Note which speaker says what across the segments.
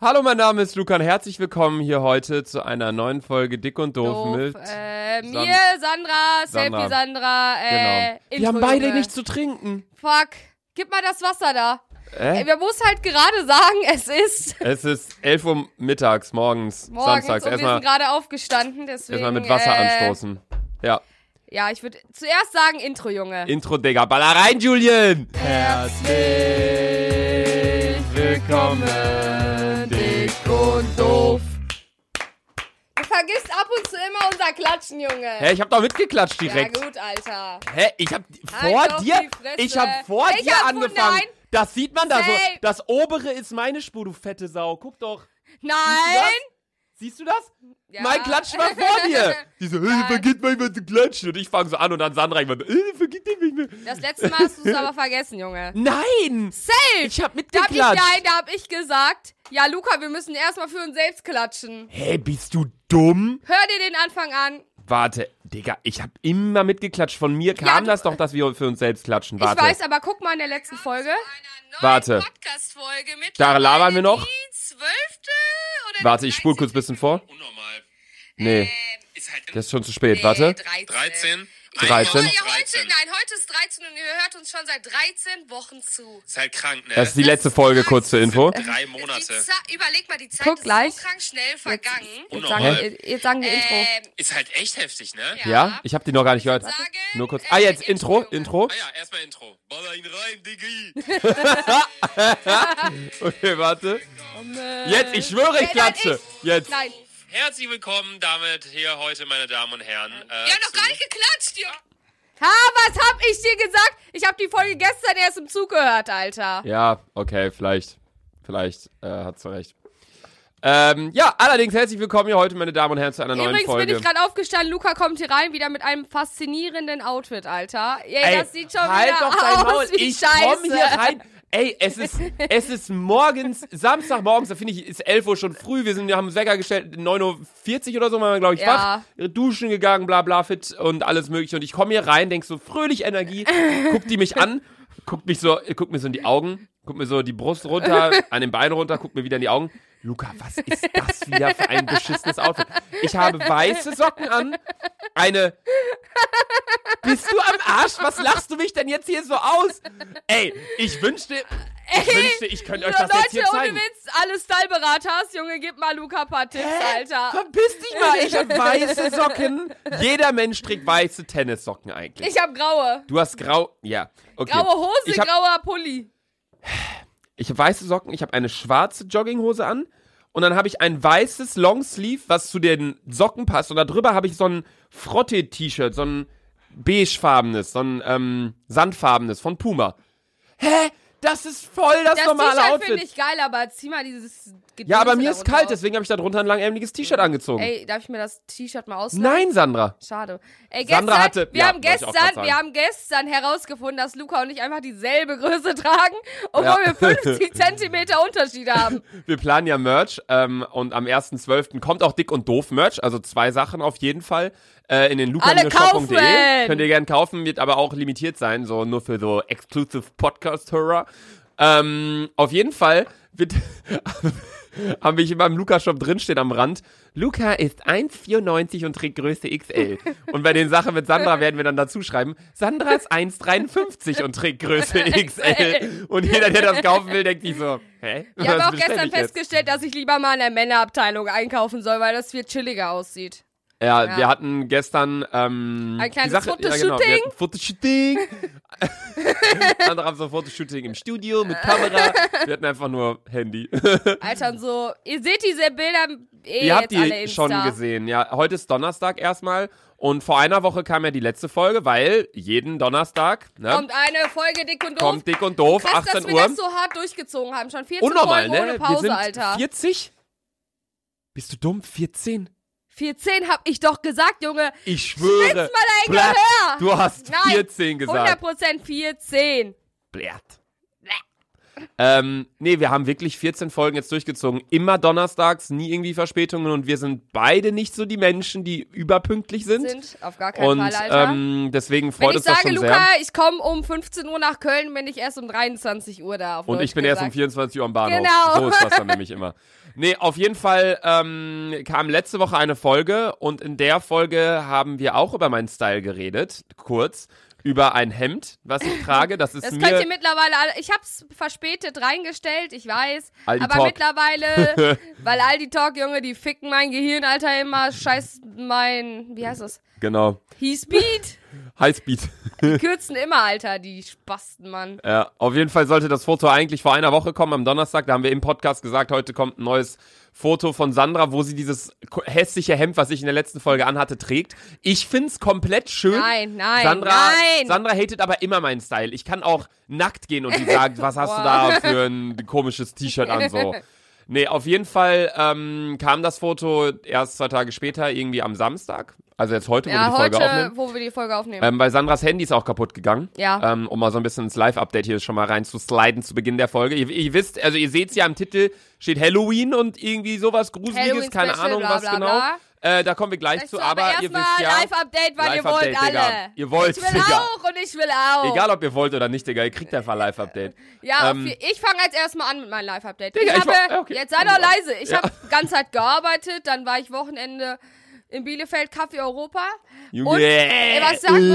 Speaker 1: Hallo, mein Name ist Lukan. Herzlich willkommen hier heute zu einer neuen Folge Dick und Doof,
Speaker 2: Doof.
Speaker 1: mit.
Speaker 2: Äh,
Speaker 1: San-
Speaker 2: mir, Sandra, Selfie Sandra, äh,
Speaker 1: genau. Wir
Speaker 2: Intro,
Speaker 1: haben beide
Speaker 2: Junge.
Speaker 1: nichts zu trinken.
Speaker 2: Fuck. Gib mal das Wasser da. Ey,
Speaker 1: Äh?
Speaker 2: man muss halt gerade sagen, es ist
Speaker 1: Es ist 11 Uhr mittags, morgens,
Speaker 2: morgens
Speaker 1: samstags.
Speaker 2: und wir
Speaker 1: Erstmal,
Speaker 2: sind gerade aufgestanden, deswegen.
Speaker 1: erstmal mit Wasser
Speaker 2: äh,
Speaker 1: anstoßen. Ja.
Speaker 2: Ja, ich würde zuerst sagen Intro, Junge.
Speaker 1: Intro, Digga. Baller rein, Julian!
Speaker 2: Herzlich willkommen, dick
Speaker 1: Äh, und doof.
Speaker 2: Du vergisst ab und zu immer unser Klatschen, Junge.
Speaker 1: Hä, ich hab doch mitgeklatscht direkt.
Speaker 2: Ja gut, Alter.
Speaker 1: Hä, ich hab
Speaker 2: Halt
Speaker 1: vor
Speaker 2: doch
Speaker 1: dir,
Speaker 2: die Fresse.
Speaker 1: ich hab vor
Speaker 2: Ich
Speaker 1: dir
Speaker 2: hab von
Speaker 1: angefangen.
Speaker 2: dein-
Speaker 1: Das sieht man da so.
Speaker 2: Safe.
Speaker 1: Das obere ist meine Spur, du fette Sau. Guck doch. Siehst du
Speaker 2: Nein!
Speaker 1: das? Siehst du das?
Speaker 2: Ja.
Speaker 1: Mein Klatsch war vor dir. Die so, hey, vergiss mal immer zu klatschen. Und ich fange so an und dann Sandra immer, hey, vergiss nicht mehr.
Speaker 2: Das letzte Mal hast du es aber vergessen, Junge.
Speaker 1: Nein!
Speaker 2: Safe!
Speaker 1: Ich hab
Speaker 2: Da hab ich,
Speaker 1: mitgeklatscht.
Speaker 2: nein, da hab ich gesagt, ja, Luca, wir müssen erstmal für uns selbst klatschen.
Speaker 1: Hä, bist du dumm?
Speaker 2: Hör dir den Anfang an.
Speaker 1: Warte, Digga, ich hab immer mitgeklatscht. Von mir kam
Speaker 2: du-
Speaker 1: das doch, dass wir für uns selbst klatschen. Warte.
Speaker 2: Ich weiß, aber guck mal in der letzten Folge.
Speaker 1: Warte.
Speaker 2: Podcast-Folge mit
Speaker 1: Da labern wir noch.
Speaker 2: zwölfte oder
Speaker 1: Warte, ich spule kurz ein bisschen vor.
Speaker 3: Unnormal.
Speaker 2: Ähm,
Speaker 1: Nee,
Speaker 3: Ist halt
Speaker 1: das ist schon zu spät. Warte.
Speaker 3: 13.
Speaker 1: 13.
Speaker 3: Einmal noch
Speaker 2: Ja, heute,
Speaker 3: 13.
Speaker 2: nein, heute ist 13 und ihr hört uns schon seit 13 Wochen zu.
Speaker 3: Ist halt krank, ne?
Speaker 1: Das ist die letzte Folge, kurz zur Info.
Speaker 3: Drei
Speaker 2: Die
Speaker 3: Monate.
Speaker 2: Zeit- Überleg mal, die Zeit
Speaker 4: Guck
Speaker 2: ist
Speaker 4: gleich.
Speaker 2: so krank schnell vergangen.
Speaker 4: Jetzt
Speaker 3: Unnormal.
Speaker 4: sagen, wir- jetzt sagen wir Intro.
Speaker 2: Ähm,
Speaker 3: Ist halt echt heftig, ne?
Speaker 2: Ja.
Speaker 1: Ja? Ich hab die noch gar nicht gehört.
Speaker 2: Ich würde sagen,
Speaker 1: Nur kurz.
Speaker 2: äh,
Speaker 1: Ah, jetzt Intro,
Speaker 2: Intro,
Speaker 1: Intro.
Speaker 3: Ah ja, erstmal Intro. Baller ihn rein, Diggi.
Speaker 1: Okay, warte.
Speaker 2: Oh,
Speaker 1: Jetzt, ich schwöre, ich
Speaker 2: Ja, dann
Speaker 1: klatsche.
Speaker 2: ich-
Speaker 1: Jetzt.
Speaker 2: nein,
Speaker 3: Herzlich willkommen damit hier heute, meine Damen und Herren. Äh,
Speaker 2: wir haben noch
Speaker 3: zu-
Speaker 2: gar nicht geklatscht, Junge. Ha, was hab ich dir gesagt? Ich hab die Folge gestern erst im Zug gehört, Alter.
Speaker 1: Ja, okay, vielleicht. Vielleicht äh, hat sie recht. Ähm, ja, allerdings herzlich willkommen hier heute, meine Damen und Herren, zu einer neuen
Speaker 2: Übrigens
Speaker 1: Folge.
Speaker 2: bin ich gerade aufgestanden. Luca kommt hier rein, wieder mit einem faszinierenden Outfit, Alter. Ey, das sieht schon
Speaker 1: halt
Speaker 2: wieder
Speaker 1: doch dein
Speaker 2: aus
Speaker 1: Maul.
Speaker 2: wie
Speaker 1: ich
Speaker 2: Scheiße.
Speaker 1: komm hier rein. Ey, es ist, es ist morgens, Samstagmorgens, da finde ich, ist 11 Uhr schon früh. Wir sind, wir haben uns Wecker gestellt, 9.40 Uhr oder so, waren wir, glaube ich,
Speaker 2: Ja.
Speaker 1: wach. Duschen gegangen, bla bla, fit und alles mögliche. Und ich komme hier rein, denk so fröhlich Energie, guckt die mich an, guckt mich so, guckt mir so in die Augen, guckt mir so die Brust runter, an den Beinen runter, guckt mir wieder in die Augen. Luca, was ist das wieder für ein beschissenes Outfit? Ich habe weiße Socken an, eine bist du am Arsch? Was lachst du mich denn jetzt hier so aus? Ey, ich wünschte, ich wünschte, ich könnte euch das
Speaker 2: Leute,
Speaker 1: jetzt hier
Speaker 2: ohne
Speaker 1: zeigen.
Speaker 2: Witz, alle Styleberater hast, Junge, gib mal Luca ein paar Tipps, Alter.
Speaker 1: Verpiss dich mal, ich hab weiße Socken. Jeder Mensch trägt weiße Tennissocken eigentlich.
Speaker 2: Ich hab graue.
Speaker 1: du hast grau, ja, okay.
Speaker 2: Graue Hose,
Speaker 1: ich hab,
Speaker 2: grauer Pulli.
Speaker 1: ich hab weiße Socken, ich habe eine schwarze Jogginghose an und dann habe ich ein weißes Longsleeve, was zu den Socken passt und darüber habe ich so ein Frotte-T-Shirt, so ein beigefarbenes, so ein ähm, sandfarbenes von Puma. Hä? Das ist voll das,
Speaker 2: Das
Speaker 1: normale
Speaker 2: T-Shirt
Speaker 1: Outfit.
Speaker 2: finde ich geil, aber zieh mal dieses Gedöns
Speaker 1: Ja, aber mir ist
Speaker 2: darunter
Speaker 1: kalt,
Speaker 2: aus.
Speaker 1: deswegen habe ich darunter ein langärmeliges T-Shirt angezogen.
Speaker 2: Ey, darf ich mir das T-Shirt mal ausleihen?
Speaker 1: Nein, Sandra.
Speaker 2: Schade. Ey, gestern,
Speaker 1: Sandra hatte-
Speaker 2: wir,
Speaker 1: ja,
Speaker 2: haben
Speaker 1: wollte ich auch grad
Speaker 2: gestern
Speaker 1: sagen.
Speaker 2: wir haben gestern herausgefunden, dass Luca und ich einfach dieselbe Größe tragen, obwohl
Speaker 1: Ja.
Speaker 2: wir 50 Zentimeter Unterschied haben.
Speaker 1: Wir planen ja Merch ähm, und am 1.12. kommt auch dick und doof Merch, also zwei Sachen auf jeden Fall äh, in den
Speaker 2: kaufen!
Speaker 1: lukanioshop.de. Könnt ihr gern kaufen, wird aber auch limitiert sein, so nur für so exclusive Podcast-Hörer. Ähm, auf jeden Fall wird, haben wir hier beim Luca-Shop drinstehen am Rand. Luca ist 1,94 und trägt Größe XL. Und bei den Sachen mit Sandra werden wir dann dazu schreiben, Sandra ist 1,53 und trägt Größe XL. Und jeder, der das kaufen will, denkt sich so, hä?
Speaker 2: Ich habe
Speaker 1: Was
Speaker 2: auch
Speaker 1: bestell
Speaker 2: gestern
Speaker 1: ich jetzt?
Speaker 2: festgestellt, dass ich lieber mal in der Männerabteilung einkaufen soll, weil das viel chilliger aussieht.
Speaker 1: Ja,
Speaker 2: Ja.
Speaker 1: wir hatten gestern ähm,
Speaker 2: Ein
Speaker 1: die
Speaker 2: kleines
Speaker 1: Sache, Ja, genau, wir
Speaker 2: Fotoshooting.
Speaker 1: hatten Fotoshooting. Andere haben so ein Fotoshooting im Studio mit Kamera. Wir hatten einfach nur Handy.
Speaker 2: Alter, und so, ihr seht diese Bilder eh
Speaker 1: Ihr
Speaker 2: jetzt
Speaker 1: habt
Speaker 2: alle
Speaker 1: die
Speaker 2: Insta.
Speaker 1: schon gesehen. Ja, heute ist Donnerstag erstmal. Und vor einer Woche kam ja die letzte Folge, weil jeden Donnerstag ne, kommt,
Speaker 2: Kommt eine Folge dick und doof.
Speaker 1: dick und doof,
Speaker 2: Krass,
Speaker 1: 18
Speaker 2: dass wir
Speaker 1: Uhr.
Speaker 2: das so hart durchgezogen haben. Schon 14
Speaker 1: Unnormal,
Speaker 2: Folgen
Speaker 1: ne?
Speaker 2: ohne
Speaker 1: wir
Speaker 2: Pause,
Speaker 1: sind
Speaker 2: Alter.
Speaker 1: 40? Bist du dumm? 14?
Speaker 2: 14 hab ich doch gesagt, Junge.
Speaker 1: Ich schwöre.
Speaker 2: Jetzt mal dein
Speaker 1: Bläh.
Speaker 2: Gehör.
Speaker 1: Du hast
Speaker 2: Nein,
Speaker 1: 14 gesagt.
Speaker 2: 100% 14.
Speaker 1: Blärt. Ähm, nee, wir haben wirklich 14 Folgen jetzt durchgezogen. Immer donnerstags, nie irgendwie Verspätungen. Und wir sind beide nicht so die Menschen, die überpünktlich sind.
Speaker 2: Sind auf gar keinen
Speaker 1: und
Speaker 2: Fall, Alter.
Speaker 1: ähm, deswegen freut
Speaker 2: Wenn ich
Speaker 1: uns das
Speaker 2: sage,
Speaker 1: schon
Speaker 2: Luca,
Speaker 1: sehr.
Speaker 2: ich komme um 15 Uhr nach Köln, bin ich erst um 23 Uhr da. Auf
Speaker 1: Und
Speaker 2: Deutsch
Speaker 1: ich bin
Speaker 2: gesagt.
Speaker 1: erst um 24 Uhr am Bahnhof.
Speaker 2: Genau.
Speaker 1: So ist das dann nämlich immer. Nee, auf jeden Fall ähm, kam letzte Woche eine Folge und in der Folge haben wir auch über meinen Style geredet, kurz, über ein Hemd, was ich trage. Das ist
Speaker 2: Das könnt ihr
Speaker 1: mir
Speaker 2: mittlerweile alle. Ich hab's verspätet reingestellt, ich weiß.
Speaker 1: Aldi
Speaker 2: aber
Speaker 1: Talk.
Speaker 2: mittlerweile, weil Aldi Talk, Junge, die ficken mein Gehirn, Alter, immer. Scheiß mein. Wie heißt das?
Speaker 1: genau
Speaker 2: He-Speed?
Speaker 1: Highspeed.
Speaker 2: Die kürzen immer, Alter, die Spasten, Mann.
Speaker 1: Ja, auf jeden Fall sollte das Foto eigentlich vor einer Woche kommen, am Donnerstag. Da haben wir im Podcast gesagt, heute kommt ein neues Foto von Sandra, wo sie dieses ko- hässliche Hemd, was ich in der letzten Folge anhatte, trägt. Ich find's komplett schön.
Speaker 2: Nein, nein,
Speaker 1: Sandra,
Speaker 2: nein.
Speaker 1: Sandra hatet aber immer meinen Style. Ich kann auch nackt gehen und sie sagt, was hast du da für ein komisches T-Shirt an so. Nee, auf jeden Fall ähm, kam das Foto erst zwei Tage später, irgendwie am Samstag. Also jetzt heute, wo wir
Speaker 2: Ja,
Speaker 1: die Folge
Speaker 2: heute,
Speaker 1: aufnehmen.
Speaker 2: wo wir die Folge aufnehmen.
Speaker 1: Ähm, weil Sandras Handy ist auch kaputt gegangen.
Speaker 2: Ja.
Speaker 1: Ähm, um mal so ein bisschen ins Live-Update hier schon mal rein zu sliden zu Beginn der Folge. Ihr, ihr wisst, also ihr seht ja am Titel, steht Halloween und irgendwie sowas Gruseliges,
Speaker 2: Halloween
Speaker 1: keine
Speaker 2: Special,
Speaker 1: Ahnung
Speaker 2: bla,
Speaker 1: was
Speaker 2: bla,
Speaker 1: genau.
Speaker 2: bla.
Speaker 1: Äh, da kommen wir gleich
Speaker 2: Weißt
Speaker 1: zu,
Speaker 2: du,
Speaker 1: aber, ihr
Speaker 2: erstmal
Speaker 1: wisst ja.
Speaker 2: Live-Update, weil ihr wollt
Speaker 1: Live-Update,
Speaker 2: alle.
Speaker 1: Digga. Ihr wollt,
Speaker 2: ich will
Speaker 1: Digga.
Speaker 2: auch und ich will auch.
Speaker 1: Egal ob ihr wollt oder nicht, Digga, ihr kriegt einfach Live-Update.
Speaker 2: Ja,
Speaker 1: Ähm,
Speaker 2: auf- ich fange als erstmal an mit meinem Live-Update. Ich
Speaker 1: Digga, ich
Speaker 2: habe,
Speaker 1: war- ja, okay.
Speaker 2: jetzt sei doch leise, ich
Speaker 1: Ja.
Speaker 2: habe ganz hart gearbeitet, dann war ich Wochenende in Bielefeld Kaffee Europa.
Speaker 1: Junge. Äh.
Speaker 2: Und, ey, was ich sagen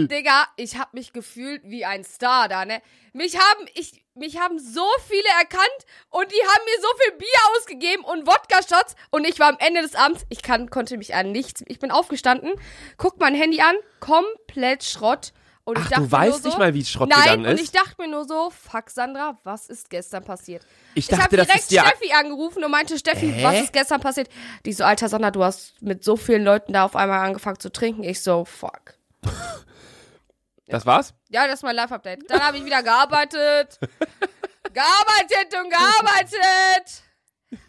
Speaker 1: muss?
Speaker 2: Digga, ich habe mich gefühlt wie ein Star da, ne? Mich haben, ich, mich haben so viele erkannt und die haben mir so viel Bier ausgegeben und Wodka-Shots und ich war am Ende des Abends, ich kann, konnte mich an nichts, ich bin aufgestanden, guck mein Handy an, komplett Schrott. Und ich
Speaker 1: Ach,
Speaker 2: dachte
Speaker 1: du weißt
Speaker 2: mir nur so,
Speaker 1: nicht mal, wie es Schrott
Speaker 2: Nein,
Speaker 1: gegangen
Speaker 2: und
Speaker 1: ist?
Speaker 2: ich dachte mir nur so, fuck Sandra, was ist gestern passiert?
Speaker 1: Ich
Speaker 2: Ich habe
Speaker 1: dachte, das
Speaker 2: direkt
Speaker 1: ist ja.
Speaker 2: Steffi angerufen und meinte, Steffi,
Speaker 1: Hä?
Speaker 2: was ist gestern passiert? Die so, alter Sandra, du hast mit so vielen Leuten da auf einmal angefangen zu trinken. Ich so, fuck.
Speaker 1: Das war's?
Speaker 2: Ja, das ist mein Live-Update. Dann habe ich wieder gearbeitet. gearbeitet und gearbeitet.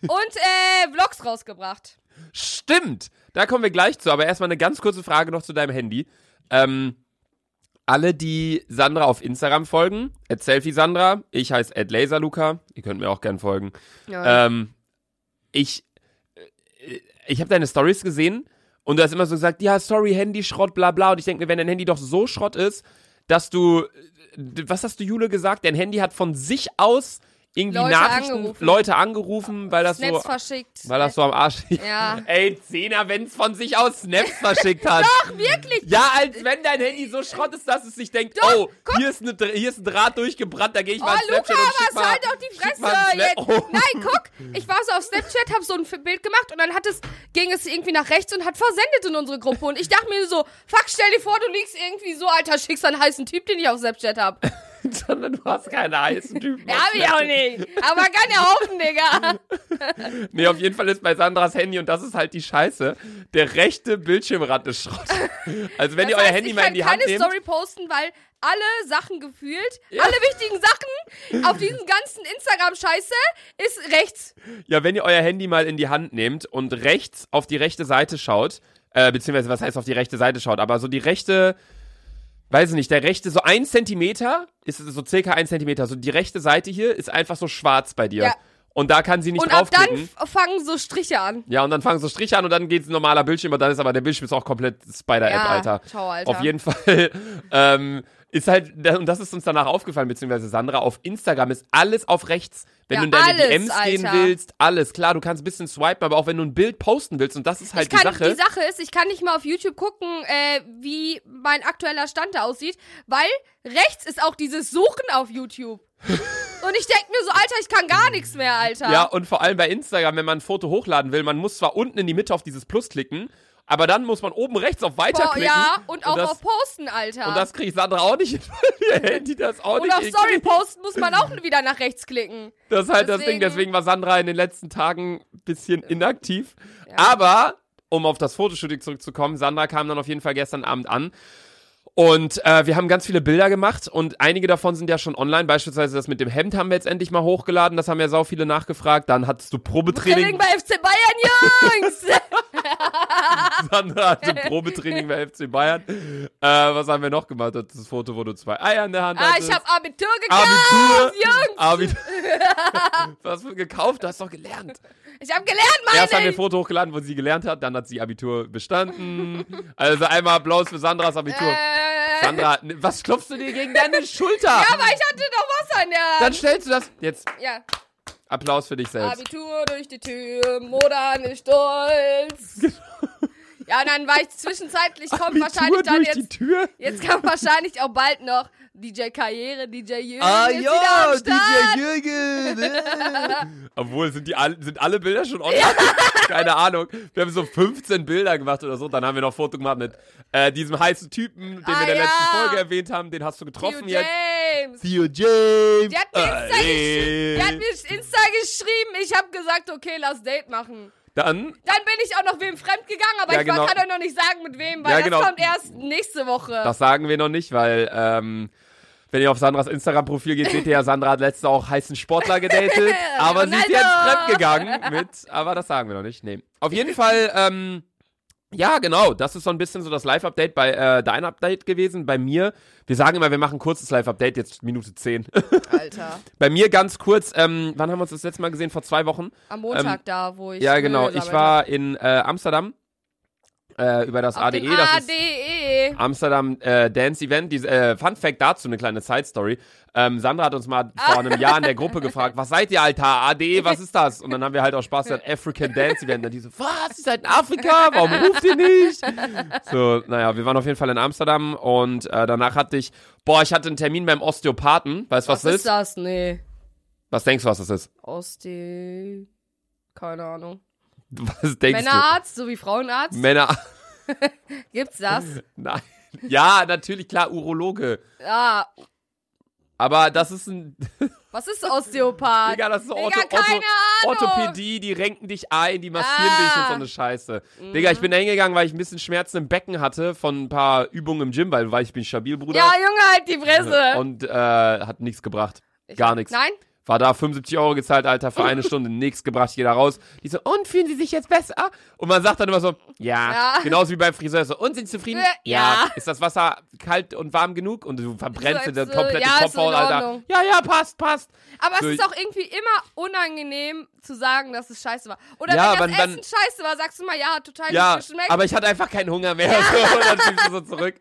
Speaker 2: Und äh, Vlogs rausgebracht.
Speaker 1: Stimmt! Da kommen wir gleich zu, aber erstmal eine ganz kurze Frage noch zu deinem Handy. Ähm, alle, die Sandra auf Instagram folgen, at Selfie Sandra, ich heiße at Laserluca, ihr könnt mir auch gern folgen.
Speaker 2: Ja.
Speaker 1: Ähm, ich äh, ich habe deine Stories gesehen und du hast immer so gesagt, ja, sorry, Handy, Schrott, bla bla. Und ich denke mir, wenn dein Handy doch so Schrott ist, dass du, d- was hast du Jule gesagt? Dein Handy hat von sich aus irgendwie
Speaker 2: Leute
Speaker 1: Nachrichten,
Speaker 2: angerufen.
Speaker 1: Leute angerufen, weil das
Speaker 2: Snaps
Speaker 1: so,
Speaker 2: verschickt.
Speaker 1: weil das so am Arsch liegt.
Speaker 2: Ja.
Speaker 1: Ey, Zehner, wenn es von sich aus Snaps verschickt hat.
Speaker 2: Ach, wirklich?
Speaker 1: Ja, als wenn dein Handy so Schrott ist, dass es sich denkt,
Speaker 2: Doch,
Speaker 1: oh, hier ist, eine, Dr- hier ist ein Draht durchgebrannt, da gehe ich
Speaker 2: Oh,
Speaker 1: mal ins
Speaker 2: Luca,
Speaker 1: Snapchat und schick
Speaker 2: was
Speaker 1: mal,
Speaker 2: halt doch die
Speaker 1: schick
Speaker 2: Fresse
Speaker 1: mal einen Snap-
Speaker 2: jetzt.
Speaker 1: Oh.
Speaker 2: Nein, guck, ich war so auf Snapchat, hab so ein F- Bild gemacht und dann hat es, ging es irgendwie nach rechts und hat versendet in unsere Gruppe. Und ich dachte mir so, fuck, stell dir vor, du liegst irgendwie so, Alter, schickst einen heißen Typ, den ich auf Snapchat hab.
Speaker 1: sondern du hast keine heißen Typen.
Speaker 2: Ja, hab ich auch nicht. Aber kann ja hoffen, Digga.
Speaker 1: Nee, auf jeden Fall ist bei Sandras Handy, und das ist halt die Scheiße, der rechte Bildschirmrand ist Schrott. Also wenn ihr
Speaker 2: Das
Speaker 1: euer
Speaker 2: heißt,
Speaker 1: Handy
Speaker 2: ich
Speaker 1: mal
Speaker 2: kann
Speaker 1: in die Hand
Speaker 2: keine
Speaker 1: nehmt,
Speaker 2: Story posten, weil alle Sachen gefühlt, alle wichtigen Sachen auf diesem ganzen Instagram-Scheiße ist rechts.
Speaker 1: ja, wenn ihr euer Handy mal in die Hand nehmt und rechts auf die rechte Seite schaut, äh, beziehungsweise was heißt auf die rechte Seite schaut, aber so die rechte, weiß ich nicht, der rechte, so ein Zentimeter, ist es so circa ein Zentimeter, so die rechte Seite hier ist einfach so schwarz bei dir.
Speaker 2: Ja.
Speaker 1: Und da kann sie nicht
Speaker 2: Und ab dann
Speaker 1: draufklicken.
Speaker 2: f- fangen so Striche an.
Speaker 1: Ja, und dann fangen so Striche an und dann geht's ein normaler Bildschirm und dann ist aber der Bildschirm ist auch komplett Spider-App,
Speaker 2: Ja,
Speaker 1: Alter.
Speaker 2: ciao, Alter.
Speaker 1: Auf jeden Fall ähm, ist halt, da- und das ist uns danach aufgefallen, beziehungsweise Sandra, auf Instagram ist alles auf rechts. Wenn
Speaker 2: Ja,
Speaker 1: du in deine
Speaker 2: alles,
Speaker 1: DMs gehen
Speaker 2: Alter.
Speaker 1: willst, alles. Klar, du kannst ein bisschen swipen, aber auch wenn du ein Bild posten willst, und das ist halt
Speaker 2: ich kann,
Speaker 1: die Sache.
Speaker 2: ist, ich kann nicht mal auf YouTube gucken, äh, wie mein aktueller Stand da aussieht, weil rechts ist auch dieses Suchen auf YouTube. und ich denk mir so, Alter, ich kann gar nichts mehr, Alter.
Speaker 1: ja, und vor allem bei Instagram, wenn man ein Foto hochladen will, man muss zwar unten in die Mitte auf dieses Plus klicken, aber dann muss man oben rechts auf Weiter
Speaker 2: Boah,
Speaker 1: klicken.
Speaker 2: ja, und auch
Speaker 1: das,
Speaker 2: auf Posten, Alter.
Speaker 1: Und das kriegt Sandra auch nicht hin, weil ihr Handy das auch
Speaker 2: und
Speaker 1: nicht
Speaker 2: auf
Speaker 1: hinkriegt.
Speaker 2: Story posten muss man auch wieder nach rechts klicken.
Speaker 1: Das ist halt das Ding,
Speaker 2: Deswegen-
Speaker 1: deswegen war Sandra in den letzten Tagen ein bisschen inaktiv. Aber, um auf das Fotoshooting zurückzukommen, Sandra kam dann auf jeden Fall gestern Abend an. Und äh, wir haben ganz viele Bilder gemacht und einige davon sind ja schon online. Beispielsweise das mit dem Hemd haben wir jetzt endlich mal hochgeladen. Das haben ja sau viele nachgefragt. Dann hattest du
Speaker 2: Training
Speaker 1: Probetraining.
Speaker 2: bei FC Bayern, Jungs!
Speaker 1: Sandra hatte Probetraining bei FC Bayern. Äh, was haben wir noch gemacht? Das Foto, wo du zwei Eier in der Hand
Speaker 2: Ah,
Speaker 1: hattest.
Speaker 2: ich hab Abitur gekauft.
Speaker 1: Abitur.
Speaker 2: Jungs.
Speaker 1: Abitur. Was für gekauft? Du hast doch gelernt.
Speaker 2: Ich hab gelernt,
Speaker 1: Erst haben wir
Speaker 2: meine.
Speaker 1: ein Foto hochgeladen, wo sie gelernt hat, dann hat sie Abitur bestanden. Also einmal Applaus für Sandras Abitur.
Speaker 2: Äh,
Speaker 1: Sandra, ne- was klopfst du dir gegen deine Schulter?
Speaker 2: aber ich hatte doch Wasser in der
Speaker 1: dann
Speaker 2: Hand.
Speaker 1: stellst du das. Jetzt
Speaker 2: Ja.
Speaker 1: Applaus für dich selbst.
Speaker 2: Abitur durch die Tür, Modern ist stolz. Ja, und dann war ich zwischenzeitlich, kommt wahrscheinlich dann
Speaker 1: Genau. durch die
Speaker 2: jetzt,
Speaker 1: Tür.
Speaker 2: jetzt kommt wahrscheinlich auch bald noch DJ Karriere, DJ Jürgen
Speaker 1: Ah
Speaker 2: ist wieder
Speaker 1: ja,
Speaker 2: am Start.
Speaker 1: DJ Jürgen. äh. Obwohl, sind, die, all- sind alle Bilder schon online? Keine Ahnung. Wir haben so 15 Bilder gemacht oder so. Dann haben wir noch ein Foto gemacht mit äh, diesem heißen Typen, den wir
Speaker 2: Ah,
Speaker 1: in der
Speaker 2: ja.
Speaker 1: letzten Folge erwähnt haben. Den hast du getroffen
Speaker 2: Theo
Speaker 1: jetzt.
Speaker 2: James.
Speaker 1: Theo James.
Speaker 2: Der hat mir Insta
Speaker 1: Allez.
Speaker 2: geschrieben. Der hat mir Insta geschrieben. Ich habe gesagt, okay, lass Date machen.
Speaker 1: Dann,
Speaker 2: Dann bin ich auch noch wem fremd gegangen, aber
Speaker 1: Ja,
Speaker 2: ich
Speaker 1: genau.
Speaker 2: war, kann euch noch nicht sagen, mit wem, weil
Speaker 1: Ja,
Speaker 2: das
Speaker 1: genau.
Speaker 2: kommt erst nächste Woche.
Speaker 1: das sagen wir noch nicht, weil ähm, wenn ihr auf Sandras Instagram-Profil geht, seht ihr ja, Sandra hat letzte auch heißen Sportler gedatet, aber sie ist
Speaker 2: Ronaldo.
Speaker 1: jetzt fremdgegangen mit, aber das sagen wir noch nicht. Nee. Auf jeden Fall, ähm, ja, genau, das ist so ein bisschen so das Live-Update bei äh, dein Update gewesen, bei mir. Wir sagen immer, wir machen kurzes Live-Update, jetzt Minute 10.
Speaker 2: Alter.
Speaker 1: bei mir ganz kurz, ähm, wann haben wir uns das letzte Mal gesehen? Vor zwei Wochen.
Speaker 2: Am Montag
Speaker 1: Ähm,
Speaker 2: da, wo ich.
Speaker 1: ja, genau,
Speaker 2: Müll
Speaker 1: ich
Speaker 2: gesammelt
Speaker 1: war in äh, Amsterdam äh, über das
Speaker 2: hab. Auf
Speaker 1: ADE,
Speaker 2: dem E.
Speaker 1: das ist
Speaker 2: ADE.
Speaker 1: Amsterdam äh, Dance Event. Diese, äh, Fun Fact dazu, eine kleine Side Story. Ähm, Sandra hat uns mal
Speaker 2: Ah.
Speaker 1: vor einem Jahr in der Gruppe gefragt, was seid ihr, Alter? ADE, was ist das? Und dann haben wir halt auch Spaß gesagt, African Dance Event. Und die so, was? Ihr seid in Afrika? Warum ruft ihr nicht? So, naja, wir waren auf jeden Fall in Amsterdam und äh, danach hatte ich, boah, ich hatte einen Termin beim Osteopathen. Weißt du, was,
Speaker 2: Was ist
Speaker 1: das ist?
Speaker 2: das? Nee.
Speaker 1: Was denkst du, was das ist?
Speaker 2: Oste. Keine Ahnung.
Speaker 1: Was denkst
Speaker 2: Männerarzt sowie Frauenarzt?
Speaker 1: du? Männer.
Speaker 2: Gibt's das?
Speaker 1: Nein. Ja, natürlich, klar, Urologe.
Speaker 2: Ah,
Speaker 1: Aber das ist ein.
Speaker 2: was ist Osteopath?
Speaker 1: Digga, das ist Ortho
Speaker 2: Ah, Digga,
Speaker 1: Ortho
Speaker 2: keine Ahnung.
Speaker 1: Orthopädie, die renken dich ein, die massieren
Speaker 2: Ah. Mhm.
Speaker 1: dich und so eine Scheiße. Digga, ich bin da hingegangen, weil ich ein bisschen Schmerzen im Becken hatte von ein paar Übungen im Gym, weil, weil ich bin stabil, Bruder.
Speaker 2: ja, Junge, halt die Fresse.
Speaker 1: und äh, hat nichts gebracht.
Speaker 2: Ich-
Speaker 1: Gar nichts.
Speaker 2: Nein?
Speaker 1: War da 75 Euro gezahlt, Alter, für eine Stunde, nichts gebracht, jeder raus. Die so, und fühlen Sie sich jetzt besser? Und man sagt dann immer so, ja,
Speaker 2: Ja.
Speaker 1: genauso wie beim Friseur, so, und sind Sie zufrieden?
Speaker 2: Äh, ja.
Speaker 1: Ist das Wasser kalt und warm genug? Und du verbrennst
Speaker 2: So,
Speaker 1: dir das
Speaker 2: so,
Speaker 1: komplette
Speaker 2: ja, ist in
Speaker 1: Kopfhaut, Alter.
Speaker 2: Ordnung.
Speaker 1: Ja, ja, passt, passt.
Speaker 2: Aber
Speaker 1: So,
Speaker 2: es ist auch irgendwie immer unangenehm zu sagen, dass es scheiße war. Oder
Speaker 1: Ja,
Speaker 2: wenn
Speaker 1: wann-
Speaker 2: das
Speaker 1: wann-
Speaker 2: Essen scheiße war, sagst du mal, ja, hat total
Speaker 1: Ja,
Speaker 2: nicht geschmeckt.
Speaker 1: aber ich hatte einfach keinen Hunger mehr. So, und dann schiebst du so zurück.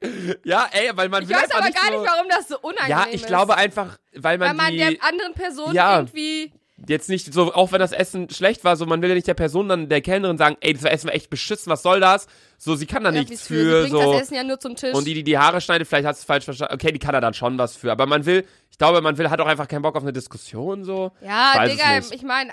Speaker 1: Ja, ey, weil man
Speaker 2: ich
Speaker 1: will
Speaker 2: weiß
Speaker 1: einfach
Speaker 2: aber
Speaker 1: nicht
Speaker 2: gar
Speaker 1: so,
Speaker 2: nicht, warum das so unangenehm
Speaker 1: Ja,
Speaker 2: ist.
Speaker 1: ich glaube einfach, weil
Speaker 2: Weil
Speaker 1: man,
Speaker 2: man
Speaker 1: die
Speaker 2: der anderen Person
Speaker 1: Ja.
Speaker 2: irgendwie.
Speaker 1: jetzt nicht so, auch wenn das Essen schlecht war, so man will ja nicht der Person dann der Kellnerin sagen, ey, das Essen war echt beschissen, was soll das? So, sie kann da
Speaker 2: Ja,
Speaker 1: nichts
Speaker 2: wie's fühlt.
Speaker 1: für.
Speaker 2: Sie bringt
Speaker 1: So.
Speaker 2: das Essen ja nur zum Tisch.
Speaker 1: Und die, die die Haare schneidet, vielleicht hat es falsch verstanden. Okay, die kann da dann schon was für. Aber man will, ich glaube, man will, hat auch einfach keinen Bock auf eine Diskussion so. Ich
Speaker 2: ja,
Speaker 1: weiß es
Speaker 2: Digga,
Speaker 1: nicht.
Speaker 2: ich meine,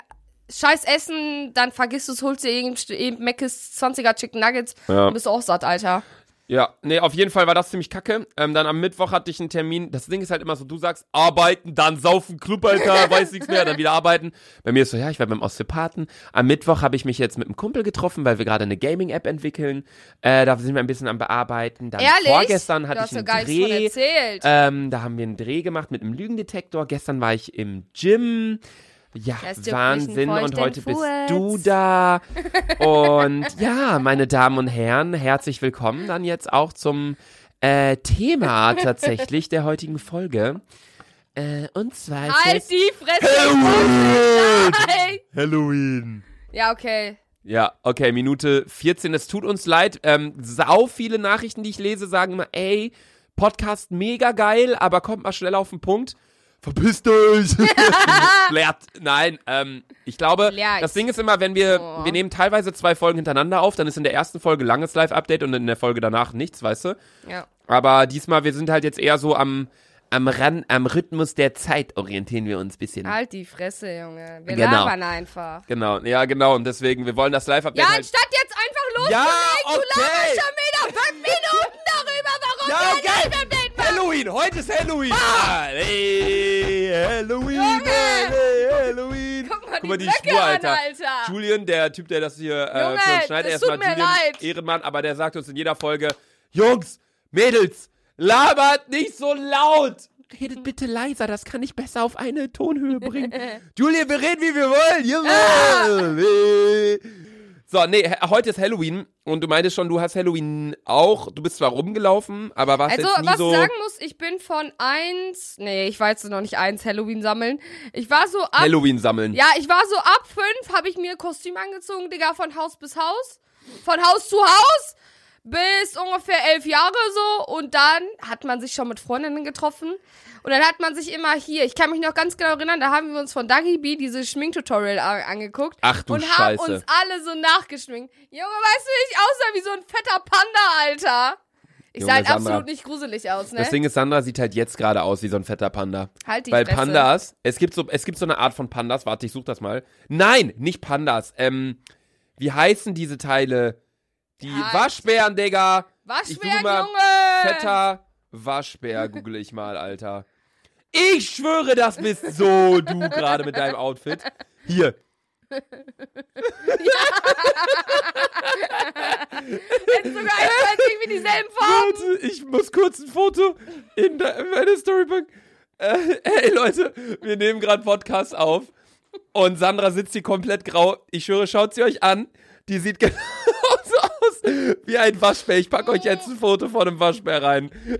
Speaker 2: scheiß Essen, dann vergisst du es, holst dir eben, eben Mc's 20er Chicken Nuggets
Speaker 1: Ja.
Speaker 2: und bist auch satt, Alter.
Speaker 1: Ja, nee, auf jeden Fall war das ziemlich kacke. Ähm, dann am Mittwoch hatte ich einen Termin. Das Ding ist halt immer so, du sagst arbeiten, dann saufen, Club, Alter, weiß nichts mehr, dann wieder arbeiten. Bei mir ist so, ja, ich war beim Osteopathen. Am Mittwoch habe ich mich jetzt mit einem Kumpel getroffen, weil wir gerade eine Gaming-App entwickeln. Äh, da sind wir ein bisschen am Bearbeiten. Dann
Speaker 2: Ehrlich?
Speaker 1: vorgestern
Speaker 2: du
Speaker 1: hatte
Speaker 2: hast
Speaker 1: ich einen
Speaker 2: ja gar nichts von
Speaker 1: Dreh.
Speaker 2: erzählt.
Speaker 1: Ähm, da haben wir einen Dreh gemacht mit einem Lügendetektor. Gestern war ich im Gym. Ja,
Speaker 2: Das juckt mich
Speaker 1: Wahnsinn.
Speaker 2: einen
Speaker 1: Und heute bist
Speaker 2: feuchten
Speaker 1: du
Speaker 2: Furz.
Speaker 1: da. Und ja, meine Damen und Herren, herzlich willkommen dann jetzt auch zum äh, Thema tatsächlich der heutigen Folge. Äh, und zwar ist
Speaker 2: halt
Speaker 1: es
Speaker 2: die Fresse. Nein.
Speaker 1: Halloween.
Speaker 2: Ja, okay.
Speaker 1: Ja, okay, Minute 14. Es tut uns leid. Ähm, sau viele Nachrichten, die ich lese, sagen immer, ey, Podcast mega geil, aber kommt mal schnell auf den Punkt. Verpisst euch! Leert. Nein, ähm, ich glaube,
Speaker 2: Leert.
Speaker 1: das Ding ist immer, wenn wir,
Speaker 2: Oh.
Speaker 1: wir nehmen teilweise zwei Folgen hintereinander auf, dann ist in der ersten Folge langes Live-Update und in der Folge danach nichts, weißt du?
Speaker 2: Ja.
Speaker 1: Aber diesmal, wir sind halt jetzt eher so am, am Ran, am Rhythmus der Zeit orientieren wir uns ein bisschen.
Speaker 2: Halt die Fresse, Junge. Wir
Speaker 1: Genau.
Speaker 2: labern einfach.
Speaker 1: Genau, ja, genau, und deswegen, wir wollen das Live-Update
Speaker 2: Ja,
Speaker 1: halt
Speaker 2: anstatt jetzt einfach loszulegen,
Speaker 1: Ja,
Speaker 2: du
Speaker 1: okay.
Speaker 2: laberst schon wieder fünf Minuten darüber, warum
Speaker 1: Ja,
Speaker 2: wir
Speaker 1: okay.
Speaker 2: nicht mit den
Speaker 1: Halloween, heute ist Halloween. Hey, Halloween,
Speaker 2: Junge.
Speaker 1: hey, Halloween.
Speaker 2: Guck mal, die Blöcke an, Alter.
Speaker 1: Julian, der Typ, der das hier äh,
Speaker 2: Junge,
Speaker 1: für uns schneidet,
Speaker 2: das
Speaker 1: erstmal
Speaker 2: tut mir
Speaker 1: Julian
Speaker 2: leid.
Speaker 1: Ehrenmann, aber der sagt uns in jeder Folge, Jungs, Mädels, labert nicht so laut. Redet bitte leiser, das kann ich besser auf eine
Speaker 2: Ah.
Speaker 1: Tonhöhe bringen. Julian, wir reden, wie wir wollen. Jawohl. So, nee, he- heute ist Halloween und du meintest schon, du hast Halloween auch. Du bist zwar rumgelaufen, aber warst
Speaker 2: Also,
Speaker 1: jetzt nie
Speaker 2: was
Speaker 1: so.
Speaker 2: ich sagen muss, ich bin von eins, nee, ich war jetzt noch nicht eins Halloween sammeln. Ich war so ab,
Speaker 1: Halloween sammeln.
Speaker 2: ja, ich war so ab fünf, habe ich mir Kostüm angezogen, Digga, von Haus bis Haus, von Haus zu Haus, bis ungefähr elf Jahre so. Und dann hat man sich schon mit Freundinnen getroffen. Und dann hat man sich immer hier, ich kann mich noch ganz genau erinnern, da haben wir uns von Dagi B dieses Schminktutorial a- angeguckt.
Speaker 1: Ach du
Speaker 2: und haben
Speaker 1: Scheiße.
Speaker 2: uns alle so nachgeschminkt. Junge, weißt du, ich aussah wie so ein fetter Panda, Alter. Ich sah
Speaker 1: Junge,
Speaker 2: halt
Speaker 1: Sandra.
Speaker 2: absolut nicht gruselig aus, ne?
Speaker 1: Das Ding ist, Sandra sieht halt jetzt gerade aus wie so ein fetter Panda.
Speaker 2: Halt die
Speaker 1: Weil
Speaker 2: Fresse.
Speaker 1: Pandas, es gibt, so, es gibt so eine Art von Pandas, warte, ich such das mal. Nein, nicht Pandas. Ähm, wie heißen diese Teile? Die
Speaker 2: Ja,
Speaker 1: Waschbären, Digga. Ich
Speaker 2: Waschbär,
Speaker 1: suche mal
Speaker 2: Halt. Junge!
Speaker 1: Fetter Waschbär google ich mal, Alter. Ich schwöre, das bist so du gerade mit deinem Outfit. Hier.
Speaker 2: Jetzt sogar eindeutig wie dieselben Farben.
Speaker 1: Warte, ich muss kurz ein Foto in de- in meine Storybook. Äh, hey Leute, wir nehmen gerade Podcast auf und Sandra sitzt hier komplett grau. Ich schwöre, schaut sie euch an. Die sieht genauso aus wie ein Waschbär. Ich packe euch jetzt ein Foto von einem Waschbär rein.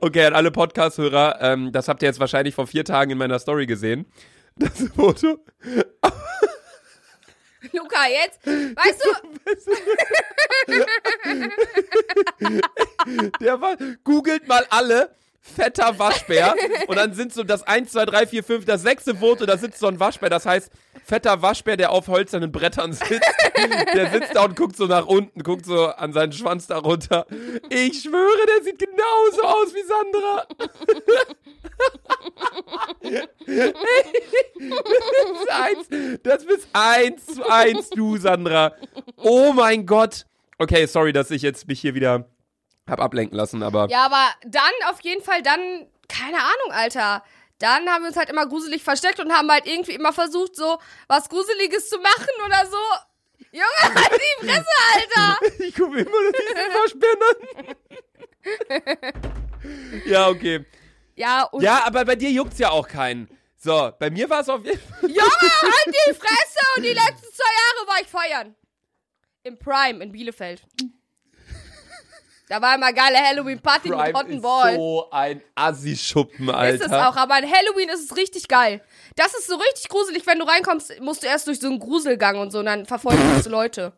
Speaker 1: Okay, an alle Podcast-Hörer, ähm, das habt ihr jetzt wahrscheinlich vor vier Tagen in meiner Story gesehen. Das Foto.
Speaker 2: Luca, jetzt, weißt du,
Speaker 1: Der war, googelt mal alle fetter Waschbär und dann sind so das 1, 2, 3, 4, 5, das sechste Foto, da sitzt so ein Waschbär, das heißt fetter Waschbär, der auf hölzernen Brettern sitzt, der sitzt da und guckt so nach unten, guckt so an seinen Schwanz da runter. Ich schwöre, der sieht genauso aus wie Sandra. Das ist eins, das bist eins zu eins du, Sandra. Oh mein Gott. Okay, sorry, dass ich jetzt mich hier wieder hab ablenken lassen, aber
Speaker 2: Ja, aber dann auf jeden Fall, dann, keine Ahnung, Alter. Dann haben wir uns halt immer gruselig versteckt und haben halt irgendwie immer versucht, so was Gruseliges zu machen oder so. Junge, halt die Fresse, Alter!
Speaker 1: ich gucke immer nur diesen Waschbären an. ja, okay.
Speaker 2: Ja, und
Speaker 1: Ja, aber bei dir juckt's ja auch keinen. So, bei mir war es auf jeden Fall.
Speaker 2: Junge, halt die Fresse! Und die letzten zwei Jahre war ich feiern. Im Prime, in Bielefeld. Da war immer geile Halloween-Party mit
Speaker 1: Prime
Speaker 2: Rotten
Speaker 1: ist
Speaker 2: Ball.
Speaker 1: so ein Assi-Schuppen, Alter.
Speaker 2: Ist es auch, aber an Halloween ist es richtig geil. Das ist so richtig gruselig, wenn du reinkommst, musst du erst durch so einen Gruselgang und so, und dann verfolgen dich so Leute.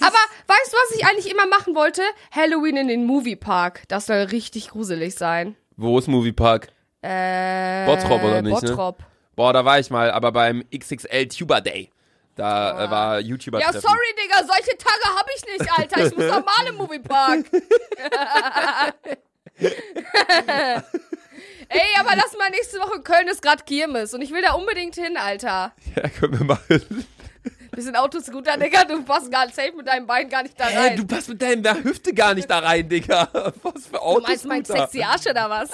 Speaker 2: Aber weißt du, was ich eigentlich immer machen wollte? Halloween in den Moviepark. Das soll richtig gruselig sein.
Speaker 1: Wo ist Moviepark?
Speaker 2: Äh,
Speaker 1: Bottrop oder nicht, ne?
Speaker 2: Bottrop.
Speaker 1: Boah, da war ich mal, aber beim XXL Tuber Day. Da äh, war YouTuber.
Speaker 2: Ja, sorry, Digga, solche Tage hab ich nicht, Alter. Ich muss normal im Moviepark. Ey, aber lass mal nächste Woche in Köln ist grad Kirmes und ich will da unbedingt hin, Alter.
Speaker 1: Ja, können wir machen.
Speaker 2: Bisschen Autoscooter, Digga, du passt gar safe mit deinem Bein gar nicht da rein.
Speaker 1: Hey, du passt mit deiner Hüfte gar nicht da rein, Digga. Was für Autos.
Speaker 2: Du meinst mein sexy Arsch oder was?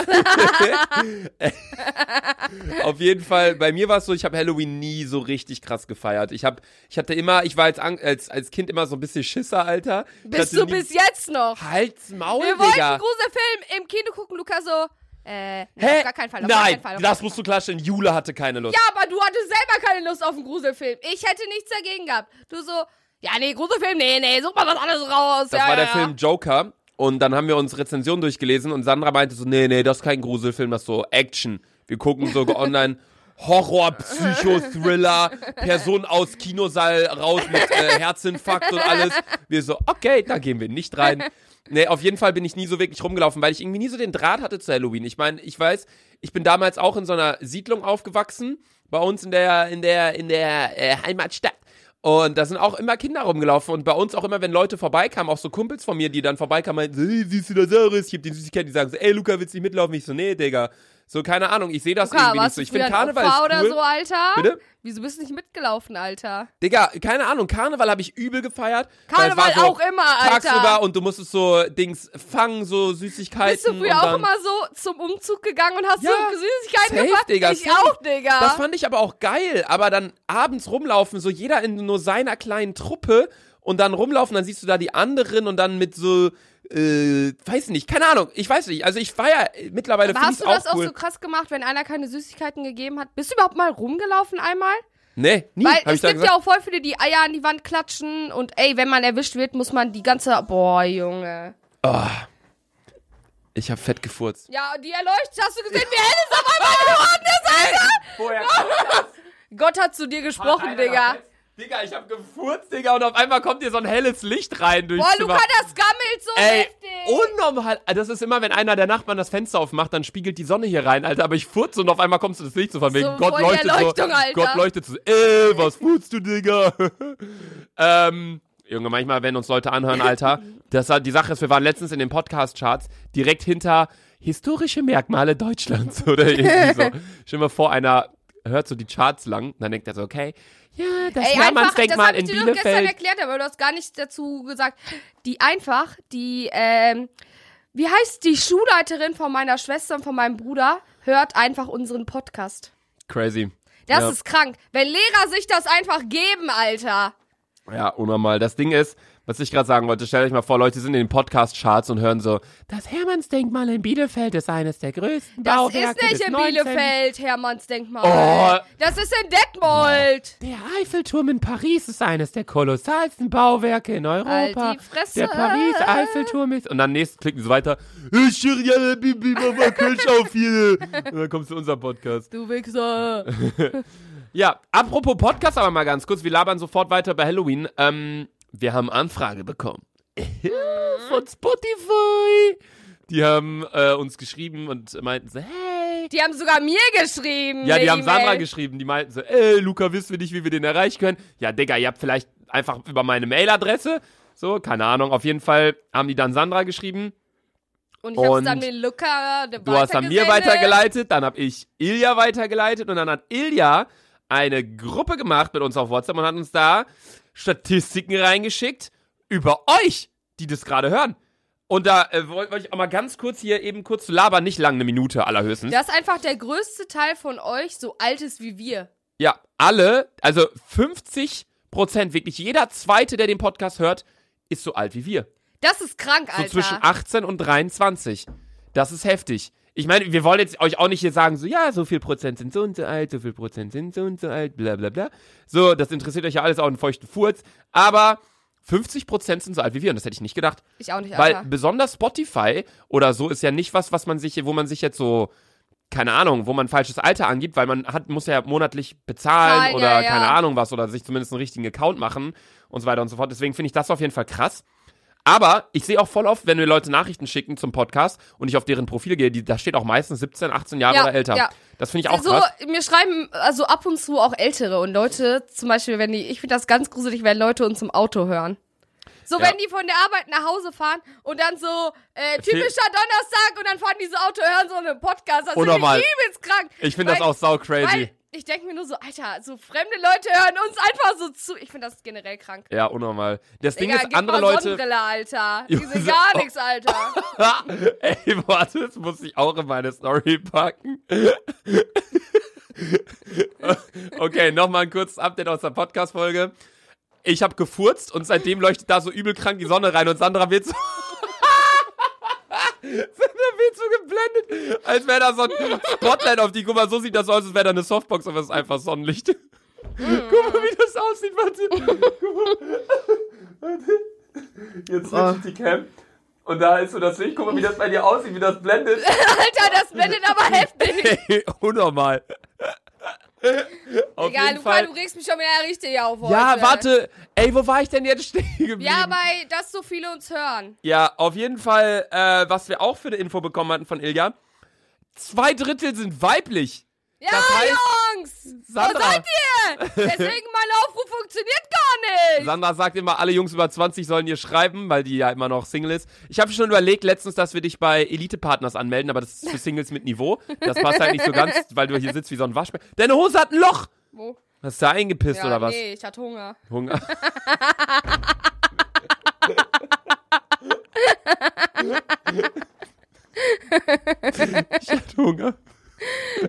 Speaker 1: Auf jeden Fall, bei mir war es so, ich habe Halloween nie so richtig krass gefeiert. Ich hab, ich hatte immer, ich war als, Ang- als, als Kind immer so ein bisschen Schisser, Alter. Ich
Speaker 2: Bist
Speaker 1: hatte
Speaker 2: du
Speaker 1: nie-
Speaker 2: bis jetzt noch?
Speaker 1: Halt's Maul,
Speaker 2: Wir wollten
Speaker 1: Digga.
Speaker 2: einen Gruselfilm im Kino gucken, Luca so. Äh, nee,
Speaker 1: Hä?
Speaker 2: auf gar keinen Fall. Auf gar
Speaker 1: Nein,
Speaker 2: keinen Fall, auf
Speaker 1: das
Speaker 2: gar keinen
Speaker 1: musst du klatschen. Jule hatte keine Lust.
Speaker 2: Fall. Ja, aber du hattest selber keine Lust auf einen Gruselfilm. Ich hätte nichts dagegen gehabt. Du so, ja, nee, Gruselfilm, nee, nee, such mal was anderes raus.
Speaker 1: das
Speaker 2: ja,
Speaker 1: war der
Speaker 2: ja,
Speaker 1: Film Joker. Und dann haben wir uns Rezensionen durchgelesen und Sandra meinte so, nee, nee, das ist kein Gruselfilm, das ist so Action. Wir gucken sogar online Horror, Psycho, Thriller, Person aus Kinosaal raus mit äh, Herzinfarkt und alles. Wir so, okay, da gehen wir nicht rein. Nee, auf jeden Fall bin ich nie so wirklich rumgelaufen, weil ich irgendwie nie so den Draht hatte zu Halloween. Ich meine, ich weiß, ich bin damals auch in so einer Siedlung aufgewachsen, bei uns in der, in der, in der äh, Heimatstadt. Und da sind auch immer Kinder rumgelaufen und bei uns auch immer, wenn Leute vorbeikamen, auch so Kumpels von mir, die dann vorbeikamen, meinten, so, hey, siehst du das Saures? Ich hab die Süßigkeit, die sagen so, ey, Luca, willst du nicht mitlaufen? Ich so, nee, Digga. So, keine Ahnung, ich sehe das
Speaker 2: Luca,
Speaker 1: irgendwie nicht
Speaker 2: warst
Speaker 1: so.
Speaker 2: du
Speaker 1: Ich finde
Speaker 2: früher ein
Speaker 1: Karneval ist
Speaker 2: Opfer
Speaker 1: cool.
Speaker 2: oder so, Alter?
Speaker 1: Bitte?
Speaker 2: Wieso bist du nicht mitgelaufen, Alter?
Speaker 1: Digga, keine Ahnung, Karneval habe ich übel gefeiert. weil es war
Speaker 2: Karneval
Speaker 1: so
Speaker 2: auch immer, Alter.
Speaker 1: Tagsüber und du musstest so Dings fangen, so Süßigkeiten.
Speaker 2: Bist du
Speaker 1: und
Speaker 2: früher
Speaker 1: dann,
Speaker 2: auch immer so zum Umzug gegangen und hast
Speaker 1: Ja,
Speaker 2: so Süßigkeiten
Speaker 1: safe,
Speaker 2: gemacht?
Speaker 1: Digga,
Speaker 2: ich
Speaker 1: safe.
Speaker 2: auch, Digga.
Speaker 1: Das fand ich aber auch geil, aber dann abends rumlaufen, so jeder in nur seiner kleinen Truppe und dann rumlaufen, dann siehst du da die anderen und dann mit so, äh, weiß nicht, keine Ahnung, ich weiß nicht. Also ich war ja äh, mittlerweile
Speaker 2: Aber
Speaker 1: finde
Speaker 2: hast
Speaker 1: ich
Speaker 2: du das
Speaker 1: auch
Speaker 2: auch
Speaker 1: cool.
Speaker 2: so krass gemacht, wenn einer keine Süßigkeiten gegeben hat? Bist du überhaupt mal rumgelaufen einmal?
Speaker 1: Nee, nie.
Speaker 2: Weil
Speaker 1: Hm, hab
Speaker 2: es
Speaker 1: ich da
Speaker 2: gibt
Speaker 1: gesagt.
Speaker 2: ja auch voll viele, die Eier an die Wand klatschen und ey, wenn man erwischt wird, muss man die ganze. Boah, Junge.
Speaker 1: ich habe fett gefurzt.
Speaker 2: Ja, die erleuchtet, hast du gesehen, wie hell es auf einmal geworden ist, Alter?
Speaker 1: Vorher
Speaker 2: Gott hat zu dir gesprochen, Digga.
Speaker 1: Digga, ich hab gefurzt, Digga, und auf einmal kommt hier so ein helles Licht rein durchs
Speaker 2: Boah,
Speaker 1: Zimmer.
Speaker 2: Luca, das gammelt so
Speaker 1: Ey,
Speaker 2: heftig.
Speaker 1: unnormal. Ah, Das ist immer, wenn einer der Nachbarn das Fenster aufmacht, dann spiegelt die Sonne hier rein, Alter. Aber ich furze und auf einmal kommst du das Licht so von wegen.
Speaker 2: So
Speaker 1: Gott
Speaker 2: voll
Speaker 1: leuchtet
Speaker 2: die
Speaker 1: so.
Speaker 2: Erleuchtung, Alter.
Speaker 1: Gott leuchtet so. Ey, was furzt du, Digga? ähm. Junge, manchmal, wenn uns Leute anhören, Alter, das, hat- die Sache ist, wir waren letztens in den Podcast-Charts direkt hinter historische Merkmale Deutschlands oder irgendwie so. Stell dir mal vor, einer hört so die Charts lang, dann denkt er so, okay, ja, das
Speaker 2: Ey, einfach, das
Speaker 1: Hermannsdenkmal
Speaker 2: hab ich
Speaker 1: in
Speaker 2: dir doch gestern
Speaker 1: Bielefeld.
Speaker 2: erklärt, aber du hast gar nichts dazu gesagt. Die einfach, die, ähm, wie heißt die Schulleiterin von meiner Schwester und von meinem Bruder, hört einfach unseren Podcast.
Speaker 1: Crazy.
Speaker 2: Das
Speaker 1: Ja.
Speaker 2: ist krank. Wenn Lehrer sich das einfach geben, Alter.
Speaker 1: Ja, unnormal. Das Ding ist, was ich gerade sagen wollte, stellt euch mal vor, Leute sind in den Podcast-Charts und hören so, das Hermannsdenkmal in Bielefeld ist eines der größten
Speaker 2: Das
Speaker 1: Bauwerke
Speaker 2: ist nicht
Speaker 1: des
Speaker 2: in
Speaker 1: 19.
Speaker 2: Bielefeld, Hermannsdenkmal.
Speaker 1: Oh.
Speaker 2: Das ist in Detmold.
Speaker 1: Der Eiffelturm in Paris ist eines der kolossalsten Bauwerke in Europa.
Speaker 2: Halt die Fresse.
Speaker 1: Der Paris-Eiffelturm ist... Und dann nächstes klicken sie weiter. Ich schirr ja, Bibi, Mama, Kölsch auf hier. Und dann kommst du unser Podcast.
Speaker 2: Du Wichser.
Speaker 1: Ja, apropos Podcast aber mal ganz kurz, wir labern sofort weiter bei Halloween. Ähm, wir haben Anfrage bekommen. Von Spotify. Die haben äh, uns geschrieben und meinten so, hey.
Speaker 2: Die haben sogar mir geschrieben.
Speaker 1: Ja, die
Speaker 2: eine
Speaker 1: haben Sandra
Speaker 2: E-Mail.
Speaker 1: geschrieben, die meinten so, ey, Luca, wissen wir nicht, wie wir den erreichen können? Ja, Digga, ihr habt vielleicht einfach über meine Mailadresse. So, keine Ahnung, auf jeden Fall haben die dann Sandra geschrieben.
Speaker 2: Und ich hab's
Speaker 1: Und
Speaker 2: dann den Luca
Speaker 1: Du hast an mir weitergeleitet, dann hab ich Ilja weitergeleitet und dann hat Ilja eine Gruppe gemacht mit uns auf WhatsApp und hat uns da Statistiken reingeschickt über euch, die das gerade hören. Und da äh, wollte ich auch mal ganz kurz hier eben kurz zu labern, nicht lang, eine Minute allerhöchstens.
Speaker 2: Das ist einfach der größte Teil von euch, so alt ist wie wir.
Speaker 1: Ja, alle, also 50 Prozent, wirklich jeder Zweite, der den Podcast hört, ist so alt wie wir.
Speaker 2: Das ist krank,
Speaker 1: So
Speaker 2: Alter.
Speaker 1: zwischen 18 und 23. Das ist heftig. Ich meine, wir wollen jetzt euch auch nicht hier sagen, so, ja, so viel Prozent sind so und so alt, so viel Prozent sind so und so alt, bla bla bla. So, das interessiert euch ja alles auch einen feuchten Furz. Aber 50 Prozent sind so alt wie wir und das hätte ich nicht gedacht.
Speaker 2: ich auch nicht,
Speaker 1: Weil
Speaker 2: Alter.
Speaker 1: besonders Spotify oder so ist ja nicht was, was man sich, wo man sich jetzt so, keine Ahnung, wo man falsches Alter angibt, weil man hat, muss ja monatlich bezahlen
Speaker 2: Zahlen,
Speaker 1: oder
Speaker 2: ja, ja.
Speaker 1: keine Ahnung was oder sich zumindest einen richtigen Account machen und so weiter und so fort. Deswegen finde ich das auf jeden Fall krass. Aber ich sehe auch voll oft, wenn mir Leute Nachrichten schicken zum Podcast und ich auf deren Profil gehe, die, da steht auch meistens 17, 18 Jahre
Speaker 2: Ja,
Speaker 1: oder älter.
Speaker 2: ja.
Speaker 1: Das finde ich auch
Speaker 2: so,
Speaker 1: krass.
Speaker 2: mir schreiben also ab und zu auch Ältere und Leute, zum Beispiel, wenn die, ich finde das ganz gruselig, wenn Leute uns im Auto hören. So,
Speaker 1: Ja.
Speaker 2: wenn die von der Arbeit nach Hause fahren und dann so, äh, typischer Donnerstag und dann fahren diese Auto, hören so einen Podcast. Das finde
Speaker 1: Unnormal.
Speaker 2: ich übelst krank.
Speaker 1: Ich finde das
Speaker 2: Weil-
Speaker 1: auch sau crazy.
Speaker 2: Weil ich denke mir nur so, Alter, so fremde Leute hören uns einfach so zu. Ich finde das generell krank.
Speaker 1: Ja, unnormal. Das Ding
Speaker 2: Digga,
Speaker 1: ist,
Speaker 2: gib
Speaker 1: andere
Speaker 2: mal
Speaker 1: Leute.
Speaker 2: Sonnenbrille, Alter. Die sind
Speaker 1: Junge,
Speaker 2: gar
Speaker 1: oh.
Speaker 2: nichts, Alter.
Speaker 1: Ha! Ey, warte, das muss ich auch in meine Story packen. okay, nochmal ein kurzes Update aus der Podcast-Folge. Ich habe gefurzt und seitdem leuchtet da so übel krank die Sonne rein und Sandra wird so. Sandra wird so geblendet, als wäre da so ein Spotlight auf die. Guck mal, so sieht das aus, als wäre da eine Softbox, aber es ist einfach Sonnenlicht. Guck mal, wie das aussieht, warte. Guck mal. Warte. Jetzt switche ich die Cam. Und da ist so das Licht. Guck mal, wie das bei dir aussieht, wie das blendet.
Speaker 2: Alter, das blendet aber heftig.
Speaker 1: Ey, unnormal. Auf
Speaker 2: Egal,
Speaker 1: jeden
Speaker 2: Luca,
Speaker 1: Fall.
Speaker 2: du regst mich schon wieder richtig auf heute.
Speaker 1: ja, warte. Ey, wo war ich denn jetzt stehen geblieben?
Speaker 2: Ja, weil das so viele uns hören.
Speaker 1: Ja, auf jeden Fall, äh, was wir auch für eine Info bekommen hatten von Ilja. Zwei Drittel sind weiblich.
Speaker 2: Ja,
Speaker 1: Das heißt,
Speaker 2: Jungs! Wo
Speaker 1: Sandra,
Speaker 2: seid ihr? Deswegen, mein Aufruf funktioniert gar nicht.
Speaker 1: Sandra sagt immer, alle Jungs über 20 sollen ihr schreiben, weil die ja immer noch Single ist. Ich habe schon überlegt letztens, dass wir dich bei Elite Partners anmelden, aber das ist für Singles mit Niveau. Das passt halt nicht so ganz, weil du hier sitzt wie so ein Waschbär. Deine Hose hat ein Loch.
Speaker 2: Wo?
Speaker 1: Hast du da eingepisst
Speaker 2: Ja,
Speaker 1: oder was?
Speaker 2: nee, ich hatte Hunger.
Speaker 1: Hunger. ich hatte Hunger.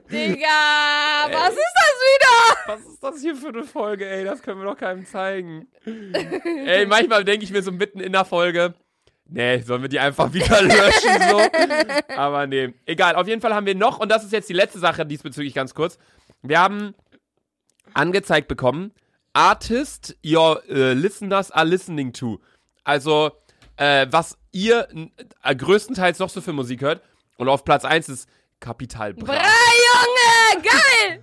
Speaker 2: Digga, was ist das wieder?
Speaker 1: Was ist das hier für eine Folge, ey? Das können wir doch keinem zeigen. ey, manchmal denke ich mir so mitten in der Folge, nee, sollen wir die einfach wieder löschen, so. Aber nee, egal. Auf jeden Fall haben wir noch, und das ist jetzt die letzte Sache diesbezüglich ganz kurz. Wir haben angezeigt bekommen, Artist your äh, listeners are listening to. Also, äh, was ihr n- äh, größtenteils noch so für Musik hört. Und auf Platz 1 ist Kapital Bra.
Speaker 2: Bra, Junge! Geil!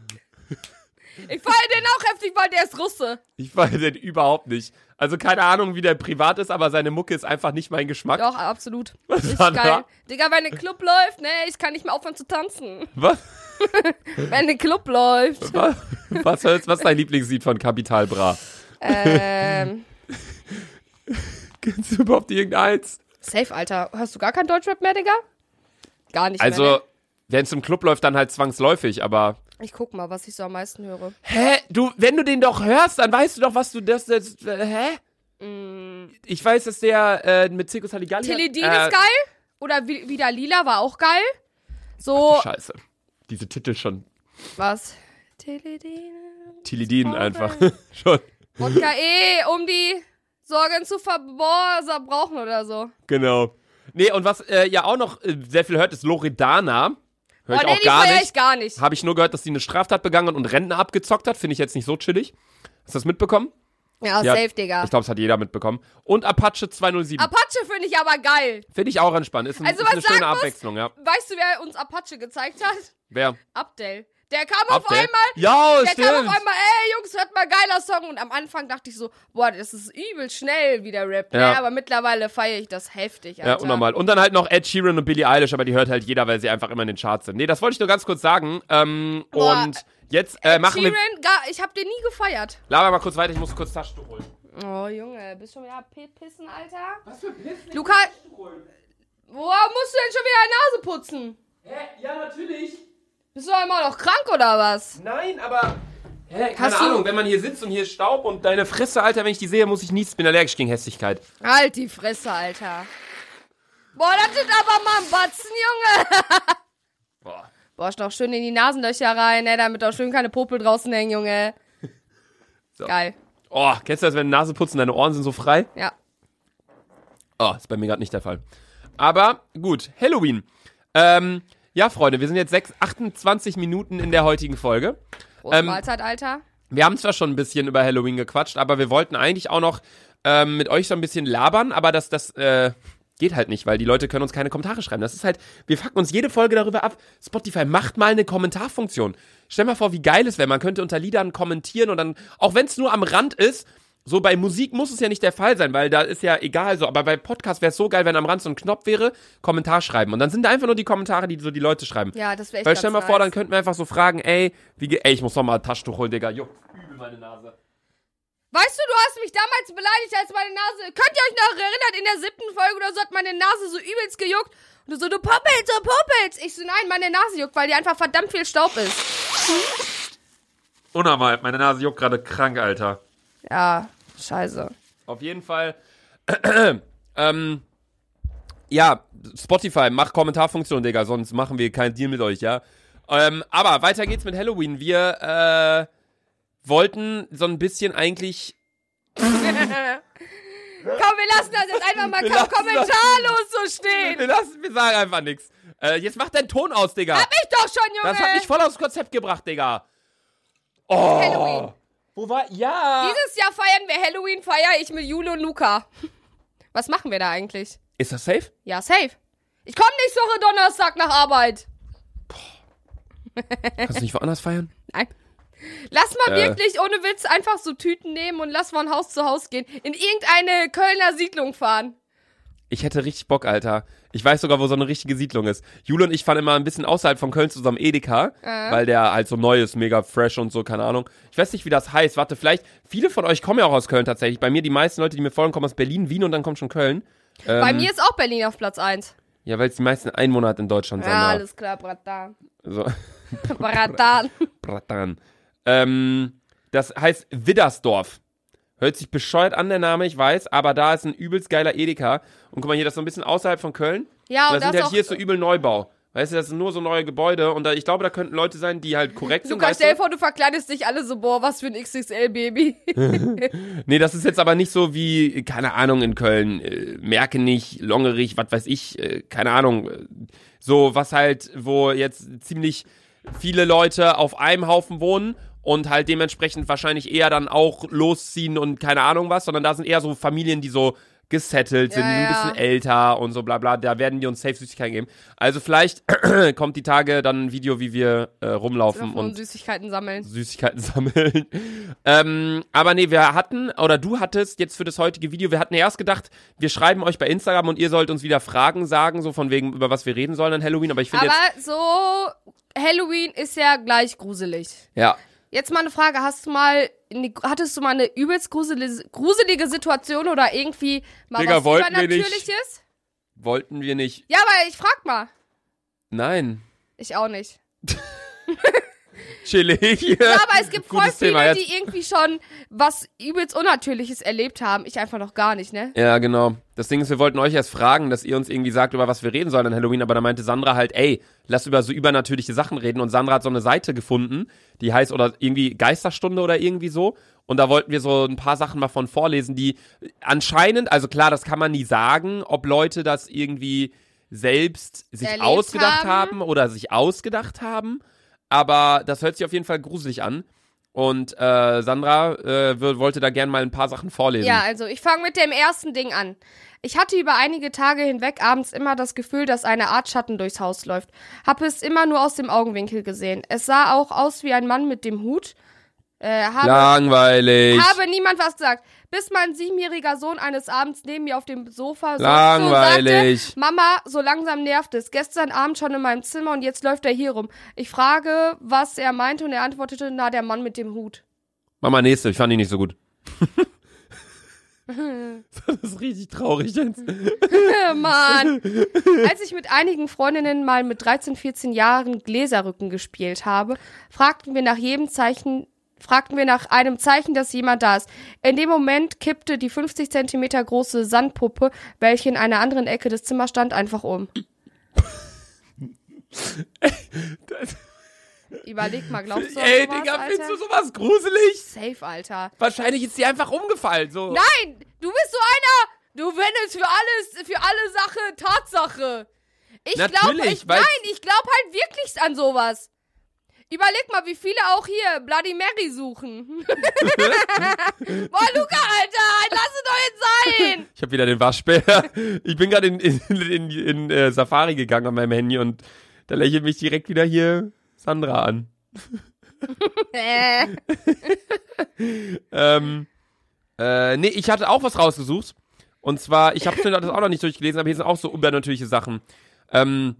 Speaker 2: Ich feier den auch heftig, weil der ist Russe.
Speaker 1: Ich weiß den überhaupt nicht. Also keine Ahnung, wie der privat ist, aber seine Mucke ist einfach nicht mein Geschmack.
Speaker 2: Doch, absolut. Richtig
Speaker 1: war da?
Speaker 2: geil. Digga, wenn ein Club läuft, ne, ich kann nicht mehr aufhören zu tanzen.
Speaker 1: Was,
Speaker 2: Wenn ein Club läuft.
Speaker 1: was, was, hörst- was ist dein Lieblingslied von Kapital Bra?
Speaker 2: Ähm,
Speaker 1: Kennst du überhaupt irgendeins?
Speaker 2: safe, Alter. Hörst du gar kein Deutschrap mehr, Digga? Gar nicht mehr.
Speaker 1: Also, wenn es im Club läuft, dann halt zwangsläufig, aber.
Speaker 2: ne? Ich guck mal, was ich so am meisten höre.
Speaker 1: Hä? Du, wenn du den doch hörst, dann weißt du doch, was du das. das äh, hä? Ich weiß, dass der äh, mit Circus Halligalli.
Speaker 2: Teledin
Speaker 1: äh,
Speaker 2: Mm. ist geil. Oder Wi- wieder Lila war auch geil. So,
Speaker 1: Scheiße. Diese Titel schon.
Speaker 2: was? Teledin.
Speaker 1: Tilidin
Speaker 2: Traurig.
Speaker 1: einfach. schon.
Speaker 2: Wodka E, um die Sorgen zu verbrauchen oder so.
Speaker 1: Genau. Nee, und was äh, ja auch noch äh, sehr viel hört, ist Loredana. Hör ich
Speaker 2: oh,
Speaker 1: auch
Speaker 2: die
Speaker 1: gar
Speaker 2: feier
Speaker 1: nicht.
Speaker 2: ich gar nicht.
Speaker 1: Habe ich nur gehört, dass sie eine Straftat begangen und Rentner abgezockt hat. Finde ich jetzt nicht so chillig. Hast du das mitbekommen?
Speaker 2: Ja,
Speaker 1: Ja,
Speaker 2: safe, Digga.
Speaker 1: Ich glaube, das hat jeder mitbekommen. Und Apache 207.
Speaker 2: Apache finde ich aber geil.
Speaker 1: Finde ich auch entspannt. Ist, ein,
Speaker 2: Also,
Speaker 1: ist
Speaker 2: was
Speaker 1: eine schöne
Speaker 2: sagen muss-
Speaker 1: Abwechslung, ja.
Speaker 2: Weißt du, wer uns Apache gezeigt hat?
Speaker 1: Wer?
Speaker 2: Abdel. Der kam auf
Speaker 1: Abdel?
Speaker 2: einmal.
Speaker 1: Ja,
Speaker 2: Der
Speaker 1: stimmt.
Speaker 2: kam auf einmal, ey Jungs, hört mal geiler Song. Und am Anfang dachte ich so, boah, das ist übel schnell, wie der Rap.
Speaker 1: Ja.
Speaker 2: Ja. aber mittlerweile feiere ich das heftig, Alter.
Speaker 1: ja, unnormal. Und dann halt noch Ed Sheeran und Billie Eilish, aber die hört halt jeder, weil sie einfach immer in den Charts sind. Nee, das wollte ich nur ganz kurz sagen. Ähm,
Speaker 2: Boah,
Speaker 1: und jetzt äh, machen wir.
Speaker 2: Sheeran, gar, ich hab den nie gefeiert.
Speaker 1: Laber mal kurz weiter, ich muss kurz Taschentuch holen.
Speaker 2: Oh, Junge, bist schon wieder am P- pissen, Alter?
Speaker 1: Was für Pissen?
Speaker 2: Luca, woher musst du denn schon wieder Nase putzen?
Speaker 1: Hä? Ja, natürlich.
Speaker 2: Bist du immer noch krank oder was?
Speaker 1: Nein, aber. Hä? Keine
Speaker 2: Hast du-
Speaker 1: Ahnung, wenn man hier sitzt und hier ist Staub und deine Fresse, Alter, wenn ich die sehe, muss ich nichts. Bin allergisch gegen Hässlichkeit.
Speaker 2: Halt die Fresse, Alter. Boah, das ist aber mal ein Batzen, Junge.
Speaker 1: Boah.
Speaker 2: Boah, noch schön in die Nasenlöcher rein, ne, damit auch schön keine Popel draußen hängen, Junge.
Speaker 1: So.
Speaker 2: Geil,
Speaker 1: Oh, kennst du das, wenn Nase putzen, deine Ohren sind so frei?
Speaker 2: ja.
Speaker 1: Oh, ist bei mir gerade nicht der Fall. Aber gut, Halloween. Ähm, ja, Freunde, wir sind jetzt sechs- 28 Minuten in der heutigen Folge.
Speaker 2: Große
Speaker 1: Ähm,
Speaker 2: Mahlzeit, Alter.
Speaker 1: Wir haben zwar schon ein bisschen über Halloween gequatscht, aber wir wollten eigentlich auch noch ähm, mit euch so ein bisschen labern, aber das, das äh, geht halt nicht, weil die Leute können uns keine Kommentare schreiben. Das ist halt, wir fucken uns jede Folge darüber ab. Spotify macht mal eine Kommentarfunktion. Stell mal vor, wie geil es wäre. Man könnte unter Liedern kommentieren und dann, auch wenn es nur am Rand ist, so bei Musik muss es ja nicht der Fall sein, weil da ist ja egal so. Aber bei Podcast wäre es so geil, wenn am Rand so ein Knopf wäre, Kommentar schreiben. Und dann sind da einfach nur die Kommentare, die so die Leute schreiben.
Speaker 2: Ja, das wäre echt
Speaker 1: Weil stell mal
Speaker 2: ganz
Speaker 1: vor, dann
Speaker 2: nice.
Speaker 1: könnten wir einfach so fragen, ey, wie ge- ey, ich muss noch mal ein Taschentuch holen, Digga. Juckt übel meine Nase.
Speaker 2: Weißt du, du hast mich damals beleidigt, als meine Nase. Könnt ihr euch noch erinnern, in der siebten Folge oder so hat meine Nase so übelst gejuckt. Und du so, du poppelst, du poppelst. Ich so, nein, meine Nase juckt, weil die einfach verdammt viel Staub ist.
Speaker 1: Unnormal, meine Nase juckt gerade krank, Alter.
Speaker 2: Ja, scheiße.
Speaker 1: Auf jeden Fall. ähm, ja, Spotify, mach Kommentarfunktion, Digga, sonst machen wir keinen Deal mit euch, ja. Ähm, aber weiter geht's mit Halloween. Wir äh, wollten so ein bisschen eigentlich.
Speaker 2: Komm, wir lassen das jetzt einfach mal
Speaker 1: Wir
Speaker 2: kom
Speaker 1: lassen
Speaker 2: kommentarlos so stehen.
Speaker 1: Wir lassen, wir sagen einfach nichts. Äh, jetzt mach deinen Ton aus, Digga.
Speaker 2: Hab ich doch schon, Junge.
Speaker 1: Das hat mich voll aufs Konzept gebracht, Digga. Oh.
Speaker 2: Halloween.
Speaker 1: Wo war. Ja.
Speaker 2: Dieses Jahr feiern wir Halloween, feier ich mit Jule und Luca. Was machen wir da eigentlich?
Speaker 1: Ist das safe?
Speaker 2: Ja, safe. Ich komme nächste Woche Donnerstag nach Arbeit.
Speaker 1: Kannst du nicht woanders feiern?
Speaker 2: Nein. Lass mal
Speaker 1: Äh.
Speaker 2: wirklich ohne Witz einfach so Tüten nehmen und lass von Haus zu Haus gehen. In irgendeine Kölner Siedlung fahren.
Speaker 1: Ich hätte richtig Bock, Alter. Ich weiß sogar, wo so eine richtige Siedlung ist. Jule und ich fahren immer ein bisschen außerhalb von Köln zusammen Edeka,
Speaker 2: Äh.
Speaker 1: weil der halt so neu ist, mega fresh und so, keine Ahnung. Ich weiß nicht, wie das heißt. Warte, vielleicht, viele von euch kommen ja auch aus Köln tatsächlich. Bei mir, die meisten Leute, die mir folgen, kommen aus Berlin, Wien und dann kommt schon Köln.
Speaker 2: Bei
Speaker 1: Ähm.
Speaker 2: mir ist auch Berlin auf Platz 1.
Speaker 1: Ja, weil es die meisten Einwohner hat in Deutschland sind.
Speaker 2: Ja, alles klar, Bratan.
Speaker 1: So,
Speaker 2: Bratan.
Speaker 1: Bratan. Ähm, das heißt Widdersdorf. Hört sich bescheuert an, der Name, ich weiß, aber da ist ein übelst geiler Edeka. Und guck mal hier, das ist so ein bisschen außerhalb von Köln.
Speaker 2: Ja,
Speaker 1: Und
Speaker 2: und
Speaker 1: das sind
Speaker 2: das
Speaker 1: halt
Speaker 2: auch.
Speaker 1: hier ist so übel Neubau. Weißt du, das sind nur so neue Gebäude und da, ich glaube, da könnten Leute sein, die halt korrekt sind.
Speaker 2: Lukas,
Speaker 1: weißt
Speaker 2: stell dir
Speaker 1: du?
Speaker 2: vor, du verkleidest dich alle so, boah, was für ein XXL-Baby.
Speaker 1: Nee, das ist jetzt aber nicht so wie, keine Ahnung, in Köln, äh, Merkenich, Longerich, was weiß ich, äh, keine Ahnung. äh, So was halt, wo jetzt ziemlich viele Leute auf einem Haufen wohnen und halt dementsprechend wahrscheinlich eher dann auch losziehen und keine Ahnung was, sondern da sind eher so Familien, die so gesettelt sind,
Speaker 2: Ja,
Speaker 1: ein
Speaker 2: ja.
Speaker 1: bisschen älter und so bla bla, da werden die uns safe Süßigkeiten geben. Also vielleicht kommt die Tage dann ein Video, wie wir äh, rumlaufen
Speaker 2: Davon
Speaker 1: und
Speaker 2: Süßigkeiten sammeln.
Speaker 1: Süßigkeiten sammeln. ähm, aber nee, wir hatten, oder du hattest jetzt für das heutige Video, wir hatten ja erst gedacht, wir schreiben euch bei Instagram und ihr sollt uns wieder Fragen sagen, so von wegen, über was wir reden sollen an Halloween. Aber ich finde
Speaker 2: Aber
Speaker 1: jetzt,
Speaker 2: so, Halloween ist ja gleich gruselig.
Speaker 1: ja,
Speaker 2: Jetzt mal eine Frage, hast du mal, eine- hattest du mal eine übelst gruselige, gruselige Situation oder irgendwie mal
Speaker 1: Digga,
Speaker 2: was
Speaker 1: wollten wir nicht.
Speaker 2: Übernatürliches?
Speaker 1: wollten wir nicht.
Speaker 2: Ja, aber ich frag mal.
Speaker 1: Nein.
Speaker 2: Ich auch nicht.
Speaker 1: Chillig.
Speaker 2: Ja, aber es gibt voll
Speaker 1: Gutes Thema
Speaker 2: viele,
Speaker 1: jetzt.
Speaker 2: die irgendwie schon was übelst Unnatürliches erlebt haben. Ich einfach noch gar nicht, ne?
Speaker 1: Ja, genau. Das Ding ist, wir wollten euch erst fragen, dass ihr uns irgendwie sagt, über was wir reden sollen an Halloween, aber da meinte Sandra halt, ey, lass über so übernatürliche Sachen reden und Sandra hat so eine Seite gefunden, die heißt oder irgendwie Geisterstunde oder irgendwie so und da wollten wir so ein paar Sachen mal von vorlesen, die anscheinend, also klar, das kann man nie sagen, ob Leute das irgendwie selbst sich
Speaker 2: Erlebt
Speaker 1: ausgedacht
Speaker 2: haben.
Speaker 1: haben oder sich ausgedacht haben, aber das hört sich auf jeden Fall gruselig an. Und äh, Sandra äh, wir- wollte da gerne mal ein paar Sachen vorlesen.
Speaker 2: Ja, also ich fange mit dem ersten Ding an. Ich hatte über einige Tage hinweg abends immer das Gefühl, dass eine Art Schatten durchs Haus läuft. Hab es immer nur aus dem Augenwinkel gesehen. Es sah auch aus wie ein Mann mit dem Hut. Äh, habe,
Speaker 1: Langweilig.
Speaker 2: habe niemand was gesagt. Bis mein siebenjähriger Sohn eines Abends neben mir auf dem Sofa so,
Speaker 1: Langweilig.
Speaker 2: so sagte, Mama, so langsam nervt es. Gestern Abend schon in meinem Zimmer und jetzt läuft er hier rum. Ich frage, was er meinte und er antwortete, na, der Mann mit dem Hut.
Speaker 1: Mach mal nächste, ich fand die nicht so gut. das ist richtig traurig jetzt.
Speaker 2: Mann. Als ich mit einigen Freundinnen mal mit 13, 14 Jahren Gläserrücken gespielt habe, fragten wir nach jedem Zeichen, fragten wir nach einem Zeichen, dass jemand da ist. In dem Moment kippte die 50 Zentimeter große Sandpuppe, welche in einer anderen Ecke des Zimmers stand, einfach um. Überleg mal, glaubst du, an
Speaker 1: Ey,
Speaker 2: sowas,
Speaker 1: Digga, findest
Speaker 2: Alter?
Speaker 1: du sowas gruselig?
Speaker 2: Safe, Alter.
Speaker 1: Wahrscheinlich ist die einfach umgefallen. So.
Speaker 2: Nein, du bist so einer. Du wendest für alles, für alle Sache Tatsache. Ich glaube,
Speaker 1: Natürlich,
Speaker 2: ich,
Speaker 1: weil-
Speaker 2: nein, ich glaube halt wirklich an sowas. Überleg mal, wie viele auch hier Bloody Mary suchen. Boah, Luca, Alter, halt, lass es doch jetzt sein.
Speaker 1: Ich habe wieder den Waschbär. Ich bin gerade in, in, in, in äh, Safari gegangen an meinem Handy und da lächelt mich direkt wieder hier Sandra an.
Speaker 2: Äh,
Speaker 1: Ähm, äh, nee, ich hatte auch was rausgesucht. Und zwar, ich habe das auch noch nicht durchgelesen, aber hier sind auch so übernatürliche Sachen. Ähm,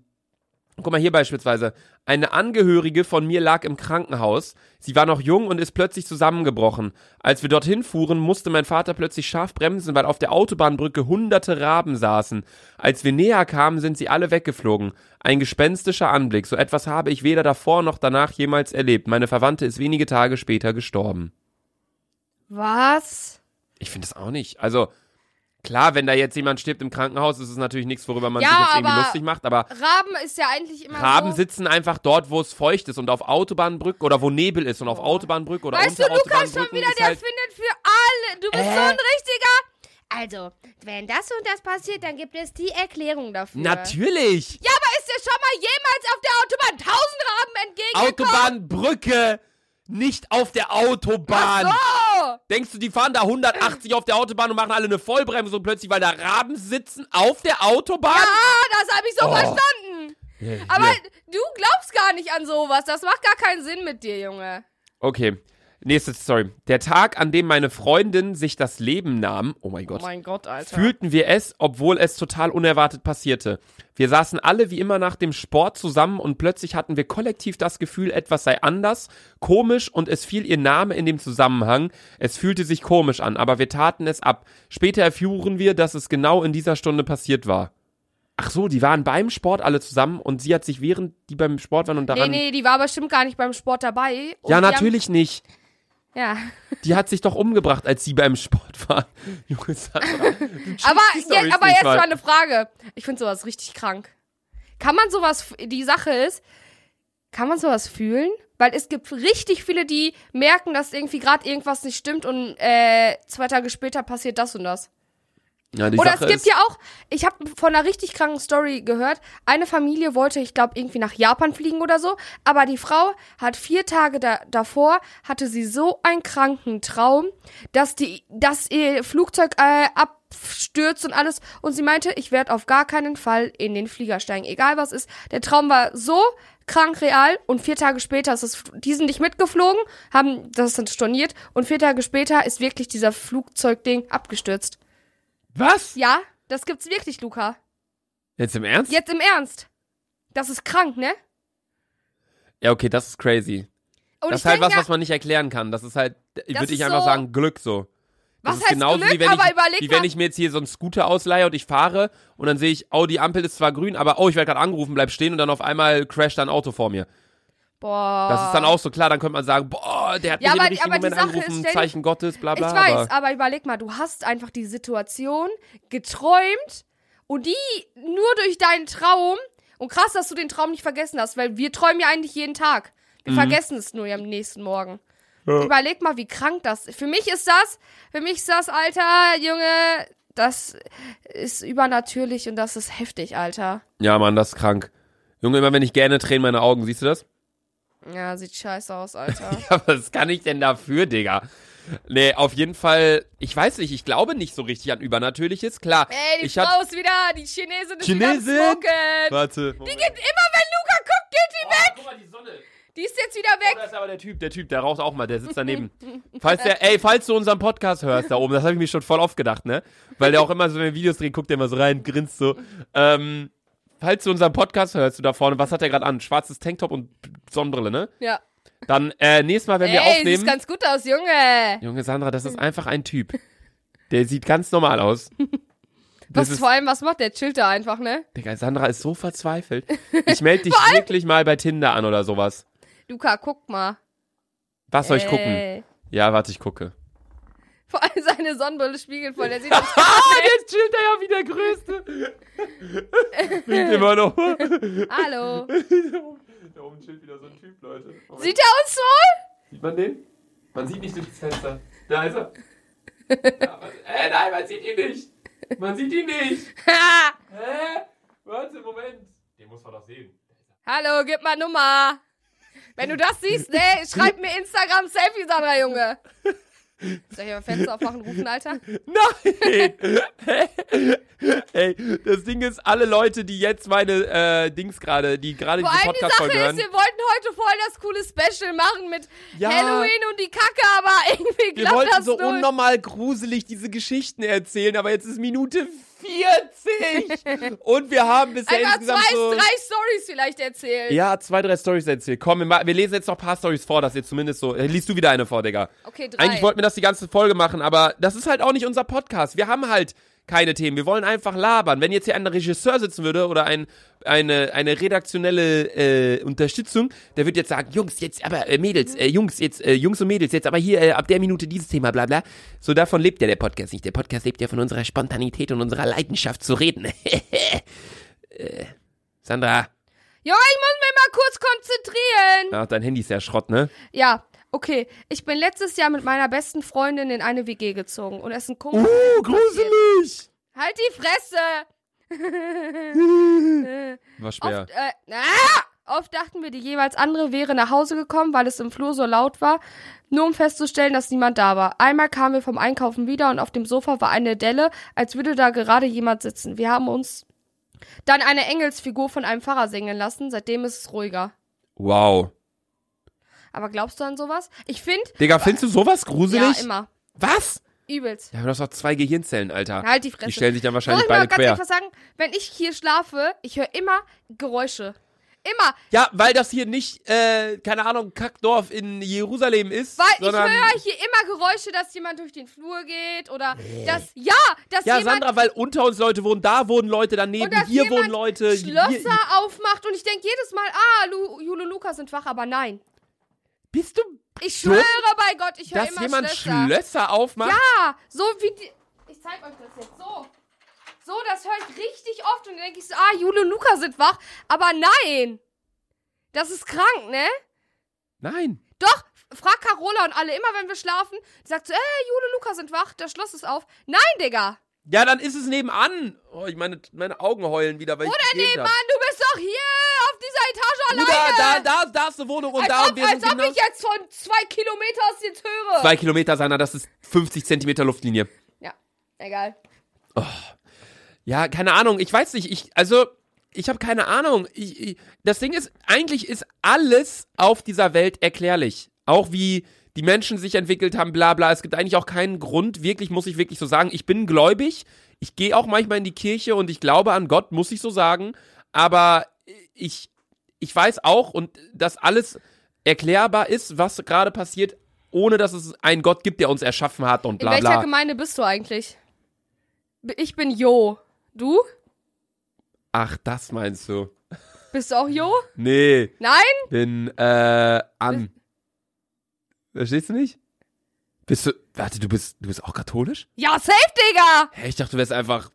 Speaker 1: guck mal hier beispielsweise. Eine Angehörige von mir lag im Krankenhaus. Sie war noch jung und ist plötzlich zusammengebrochen. Als wir dorthin fuhren, musste mein Vater plötzlich scharf bremsen, weil auf der Autobahnbrücke hunderte Raben saßen. Als wir näher kamen, sind sie alle weggeflogen. Ein gespenstischer Anblick. So etwas habe ich weder davor noch danach jemals erlebt. Meine Verwandte ist wenige Tage später gestorben.
Speaker 2: was?
Speaker 1: Ich finde es auch nicht. Also, klar, wenn da jetzt jemand stirbt im Krankenhaus, ist es natürlich nichts, worüber man
Speaker 2: Ja,
Speaker 1: sich jetzt irgendwie
Speaker 2: aber-
Speaker 1: lustig macht, aber
Speaker 2: Raben ist ja eigentlich immer
Speaker 1: Raben
Speaker 2: so.
Speaker 1: sitzen einfach dort, wo es feucht ist und auf Autobahnbrücken oder wo Nebel ist und auf Autobahnbrücken oder
Speaker 2: Weißt du,
Speaker 1: unter
Speaker 2: Luca,
Speaker 1: Autobahnbrücken
Speaker 2: schon wieder,
Speaker 1: ist
Speaker 2: der
Speaker 1: halt, Äh.
Speaker 2: findet für alle. Du bist so ein richtiger.
Speaker 4: Also, wenn das und das passiert, dann gibt es die Erklärung dafür.
Speaker 1: Natürlich!
Speaker 2: Ja, aber ist dir schon mal jemals auf der Autobahn tausend Raben entgegengekommen?
Speaker 1: Autobahnbrücke, nicht auf der Autobahn!
Speaker 2: Oh!
Speaker 1: Denkst du, die fahren da 180 auf der Autobahn und machen alle eine Vollbremse und plötzlich, weil da Raben sitzen auf der Autobahn?
Speaker 2: Ah, das habe ich so
Speaker 1: Oh.
Speaker 2: verstanden.
Speaker 1: Ja.
Speaker 2: Aber du glaubst gar nicht an sowas. Das macht gar keinen Sinn mit dir, Junge.
Speaker 1: Okay. Nächste Story. Der Tag, an dem meine Freundin sich das Leben nahm, oh mein Gott,
Speaker 2: Gott, Alter.
Speaker 1: fühlten wir es, obwohl es total unerwartet passierte. Wir saßen alle wie immer nach dem Sport zusammen und plötzlich hatten wir kollektiv das Gefühl, etwas sei anders, komisch und es fiel ihr Name in dem Zusammenhang. Es fühlte sich komisch an, aber wir taten es ab. Später erfuhren wir, dass es genau in dieser Stunde passiert war. Ach so, die waren beim Sport alle zusammen und sie hat sich während die beim Sport waren und
Speaker 2: nee,
Speaker 1: daran.
Speaker 2: nee, die war bestimmt gar nicht beim Sport dabei. Und
Speaker 1: ja,
Speaker 2: die
Speaker 1: natürlich nicht.
Speaker 2: Haben,
Speaker 1: Die hat sich doch umgebracht, als sie beim Sport war. Junge Sandra.
Speaker 2: ja. Aber,
Speaker 1: die
Speaker 2: ja,
Speaker 1: Storys
Speaker 2: aber
Speaker 1: nicht
Speaker 2: jetzt
Speaker 1: mal.
Speaker 2: mal eine Frage. Ich finde sowas richtig krank. Kann man sowas, die Sache ist, kann man sowas fühlen? Weil es gibt richtig viele, die merken, dass irgendwie gerade irgendwas nicht stimmt und äh, zwei Tage später passiert das und das.
Speaker 1: Ja, die
Speaker 2: Oder
Speaker 1: Sache
Speaker 2: es gibt
Speaker 1: ist,
Speaker 2: ja auch, ich habe von einer richtig kranken Story gehört, eine Familie wollte, ich glaube, irgendwie nach Japan fliegen oder so, aber die Frau hat vier Tage da, davor, hatte sie so einen kranken Traum, dass, die, dass ihr Flugzeug äh, abstürzt und alles und sie meinte, ich werde auf gar keinen Fall in den Flieger steigen, egal was ist. Der Traum war so krank real und vier Tage später ist es, die sind nicht mitgeflogen, haben das dann storniert und vier Tage später ist wirklich dieser Flugzeugding abgestürzt.
Speaker 1: Was?
Speaker 2: Ja, das gibt's wirklich, Luca.
Speaker 1: Jetzt im Ernst?
Speaker 2: Jetzt im Ernst. Das ist krank, ne?
Speaker 1: Ja, okay, das ist crazy.
Speaker 2: Und
Speaker 1: das
Speaker 2: ich
Speaker 1: ist halt was,
Speaker 2: denke,
Speaker 1: was man nicht erklären kann. Das ist halt, würde ich
Speaker 2: ist
Speaker 1: einfach
Speaker 2: so-
Speaker 1: sagen, Glück so. Das
Speaker 2: Was
Speaker 1: ist
Speaker 2: heißt
Speaker 1: genauso
Speaker 2: Glück?
Speaker 1: wie wenn,
Speaker 2: Aber überleg
Speaker 1: ich, wie wenn
Speaker 2: mal-
Speaker 1: ich mir jetzt hier so einen Scooter ausleihe und ich fahre und dann sehe ich, oh, die Ampel ist zwar grün, aber oh, ich werde gerade angerufen, bleib stehen und dann auf einmal crasht ein Auto vor mir.
Speaker 2: boah.
Speaker 1: Das ist dann auch so klar, dann könnte man sagen, boah, der hat
Speaker 2: Oh. Ja,
Speaker 1: mich
Speaker 2: aber-
Speaker 1: im richtigen
Speaker 2: aber die
Speaker 1: Moment
Speaker 2: Sache ist,
Speaker 1: angerufen,
Speaker 2: stell dich-
Speaker 1: Zeichen Gottes, bla
Speaker 2: Ich
Speaker 1: bla.
Speaker 2: weiß,
Speaker 1: aber
Speaker 2: aber überleg mal, du hast einfach die Situation geträumt und die nur durch deinen Traum. Und krass, dass du den Traum nicht vergessen hast, weil wir träumen ja eigentlich jeden Tag.
Speaker 1: Mhm.
Speaker 2: Wir vergessen es nur ja am nächsten Morgen. Überleg mal, wie krank das Für mich ist das, für mich ist das, Alter, Junge, das ist übernatürlich und das ist heftig, Alter.
Speaker 1: ja, Mann, das ist krank. Junge, immer wenn ich gerne tränen meine Augen, siehst du das?
Speaker 2: Ja, sieht scheiße aus, Alter.
Speaker 1: Ja, was kann ich denn dafür, Digga? Nee, auf jeden Fall, ich weiß nicht, ich glaube nicht so richtig an Übernatürliches. Klar,
Speaker 2: Ey, die
Speaker 1: ich
Speaker 2: Frau
Speaker 1: hab-
Speaker 2: ist wieder, die Chinesin ist
Speaker 1: Chinesin?
Speaker 2: wieder am Smoken.
Speaker 1: Warte.
Speaker 2: Die geht immer, wenn Luca guckt, geht die weg.
Speaker 1: guck mal, die Sonne.
Speaker 2: Die ist jetzt wieder
Speaker 1: Da
Speaker 2: weg.
Speaker 1: ist aber der Typ, der Typ, der raucht auch mal, der sitzt daneben. Falls der, ey, falls du unseren Podcast hörst da oben, das habe ich mir schon voll oft gedacht, ne? Weil der auch immer so, wenn wir Videos drehen, guckt der immer so rein, grinst so. Ähm, falls du unseren Podcast hörst, du da vorne, was hat der gerade an? Schwarzes Tanktop und Sonnenbrille, ne?
Speaker 2: Ja.
Speaker 1: Dann, äh, nächstes Mal, wenn wir
Speaker 2: Ey, sieht
Speaker 1: aufnehmen.
Speaker 2: ganz gut aus, Junge.
Speaker 1: Junge Sandra, das ist einfach ein Typ. Der sieht ganz normal aus. Das
Speaker 2: Was
Speaker 1: ist,
Speaker 2: vor allem, was macht der? Chillt da einfach, ne?
Speaker 1: Digga, Sandra ist so verzweifelt. Ich melde dich wirklich mal bei Tinder an oder sowas.
Speaker 2: Luca, guck mal.
Speaker 1: Was soll ich gucken?
Speaker 2: Ey.
Speaker 1: Ja, warte, ich gucke.
Speaker 2: Vor allem seine Sonnenbrille spiegelt voll. Der sieht aus.
Speaker 1: Ah, jetzt chillt er ja wie der Größte. Winkt immer noch.
Speaker 2: Hallo.
Speaker 1: da oben chillt wieder so ein Typ, Leute.
Speaker 2: Sieht er aus wohl?
Speaker 1: sieht man den? Man sieht nicht durchs Fenster. Da ist er. Ja, was- äh, nein, man sieht ihn nicht. Man sieht ihn nicht.
Speaker 2: Ha.
Speaker 1: Hä? Warte, Moment. Den muss man doch sehen.
Speaker 2: Hallo, gib mal Nummer. Wenn du das siehst, ne, schreib mir Instagram-Selfie, Sandra, Junge. Soll ich mal Fenster aufmachen, rufen, Alter?
Speaker 1: Nein! Ey, das Ding ist, alle Leute, die jetzt meine äh, Dings gerade, die gerade
Speaker 2: Vor
Speaker 1: diese
Speaker 2: allem die Sache
Speaker 1: Podcast-Folge hören.
Speaker 2: ist, wir wollten heute voll das coole Special machen mit
Speaker 1: Ja.
Speaker 2: Halloween und die Kacke, aber irgendwie
Speaker 1: Wir
Speaker 2: klappt
Speaker 1: wollten
Speaker 2: das
Speaker 1: so
Speaker 2: null.
Speaker 1: unnormal gruselig diese Geschichten erzählen, aber jetzt ist Minute 40 und wir haben bisher
Speaker 2: Einfach
Speaker 1: insgesamt
Speaker 2: zwei,
Speaker 1: so
Speaker 2: drei Stories vielleicht erzählen.
Speaker 1: ja, zwei, drei Stories erzählt. Komm, wir, ma- wir lesen jetzt noch ein paar Stories vor, dass ihr zumindest so. äh, Liest du wieder eine vor, Digga.
Speaker 2: Okay, drei.
Speaker 1: Eigentlich wollten wir das die ganze Folge machen, aber das ist halt auch nicht unser Podcast. Wir haben halt keine Themen. Wir wollen einfach labern. Wenn jetzt hier ein Regisseur sitzen würde oder ein, eine, eine redaktionelle äh, Unterstützung, der wird jetzt sagen, Jungs, jetzt aber äh, Mädels, äh, Jungs, jetzt äh, Jungs und Mädels, jetzt aber hier äh, ab der Minute dieses Thema, bla bla. So davon lebt ja der Podcast nicht. Der Podcast lebt ja von unserer Spontanität und unserer Leidenschaft zu reden. äh, Sandra,
Speaker 2: Junge, ich muss mich mal kurz konzentrieren.
Speaker 1: ach, dein Handy ist ja Schrott, ne?
Speaker 2: Ja, okay. Ich bin letztes Jahr mit meiner besten Freundin in eine WG gezogen und es ist ein Kumpel.
Speaker 1: Uh, gruselig!
Speaker 2: Halt die Fresse!
Speaker 1: War schwer.
Speaker 2: Oft, äh, ah! Oft dachten wir, die jeweils andere wäre nach Hause gekommen, weil es im Flur so laut war, nur um festzustellen, dass niemand da war. Einmal kamen wir vom Einkaufen wieder und auf dem Sofa war eine Delle, als würde da gerade jemand sitzen. Wir haben uns dann eine Engelsfigur von einem Pfarrer singen lassen, seitdem ist es ruhiger.
Speaker 1: Wow.
Speaker 2: Aber glaubst du an sowas? Ich finde,
Speaker 1: Digga, findest du sowas gruselig?
Speaker 2: ja, immer.
Speaker 1: Was?
Speaker 2: Übelst.
Speaker 1: Ja, aber das war zwei Gehirnzellen, Alter.
Speaker 2: Halt die Fresse.
Speaker 1: Die stellen sich dann
Speaker 2: Soll
Speaker 1: wahrscheinlich
Speaker 2: ich mal
Speaker 1: beide
Speaker 2: ganz ehrlich
Speaker 1: quer.
Speaker 2: was sagen? Wenn ich hier schlafe, ich höre immer Geräusche. Immer.
Speaker 1: Ja, weil das hier nicht, äh, keine Ahnung, Kackdorf in Jerusalem ist,
Speaker 2: Weil
Speaker 1: sondern...
Speaker 2: ich höre hier immer Geräusche, dass jemand durch den Flur geht oder dass ja, dass
Speaker 1: ja,
Speaker 2: jemand
Speaker 1: Sandra, weil unter uns Leute wohnen, da wohnen Leute daneben,
Speaker 2: Oder
Speaker 1: hier
Speaker 2: jemand
Speaker 1: wohnen Leute. hier,
Speaker 2: Schlösser aufmacht und ich denke jedes Mal, ah, Lu, Jule und Luca sind wach, aber nein.
Speaker 1: bist du,
Speaker 2: Ich
Speaker 1: Dumm,
Speaker 2: schwöre bei Gott, ich höre
Speaker 1: dass
Speaker 2: immer
Speaker 1: jemand
Speaker 2: Schlösser.
Speaker 1: Schlösser, aufmacht?
Speaker 2: ja, so wie die Ich zeig euch das jetzt so. So, das höre ich richtig oft und dann denke ich so, ah, Jule und Luca sind wach, aber nein. Das ist krank, ne?
Speaker 1: Nein.
Speaker 2: Doch, frag Carola und alle immer, wenn wir schlafen, die sagt so, äh, Jule und Luca sind wach, das Schloss ist auf. Nein, Digga.
Speaker 1: Ja, dann ist es nebenan. Oh, ich meine, meine Augen heulen wieder, weil Oder ich
Speaker 2: Nee,
Speaker 1: gegähnt hab.
Speaker 2: Mann, du bist doch hier auf dieser Etage alleine.
Speaker 1: Bruder, da, da, da ist eine Wohnung und da
Speaker 2: als
Speaker 1: und
Speaker 2: ob,
Speaker 1: wir
Speaker 2: als
Speaker 1: sind
Speaker 2: ob
Speaker 1: genau
Speaker 2: ich jetzt von zwei Kilometern aus jetzt höre.
Speaker 1: zwei Kilometer seiner, das ist 50 Zentimeter Luftlinie.
Speaker 2: Ja, egal.
Speaker 1: Ja, keine Ahnung. Ich weiß nicht. Ich, also, ich habe keine Ahnung. Ich, ich, das Ding ist, eigentlich ist alles auf dieser Welt erklärlich. Auch wie die Menschen sich entwickelt haben, bla bla. Es gibt eigentlich auch keinen Grund, wirklich, muss ich wirklich so sagen. Ich bin gläubig. Ich gehe auch manchmal in die Kirche und ich glaube an Gott, muss ich so sagen. Aber ich, ich weiß auch, und dass alles erklärbar ist, was gerade passiert, ohne dass es einen Gott gibt, der uns erschaffen hat und
Speaker 2: In
Speaker 1: bla
Speaker 2: welcher
Speaker 1: bla.
Speaker 2: Gemeinde bist du eigentlich? B- Ich bin Jo. Du?
Speaker 1: Ach, das meinst du?
Speaker 2: Bist du auch Jo?
Speaker 1: Nee.
Speaker 2: Nein?
Speaker 1: bin äh, an. Verstehst du nicht? Bist du. Warte, du bist du bist auch katholisch?
Speaker 2: Ja, safe, Digga!
Speaker 1: Hä, ich dachte, du wärst einfach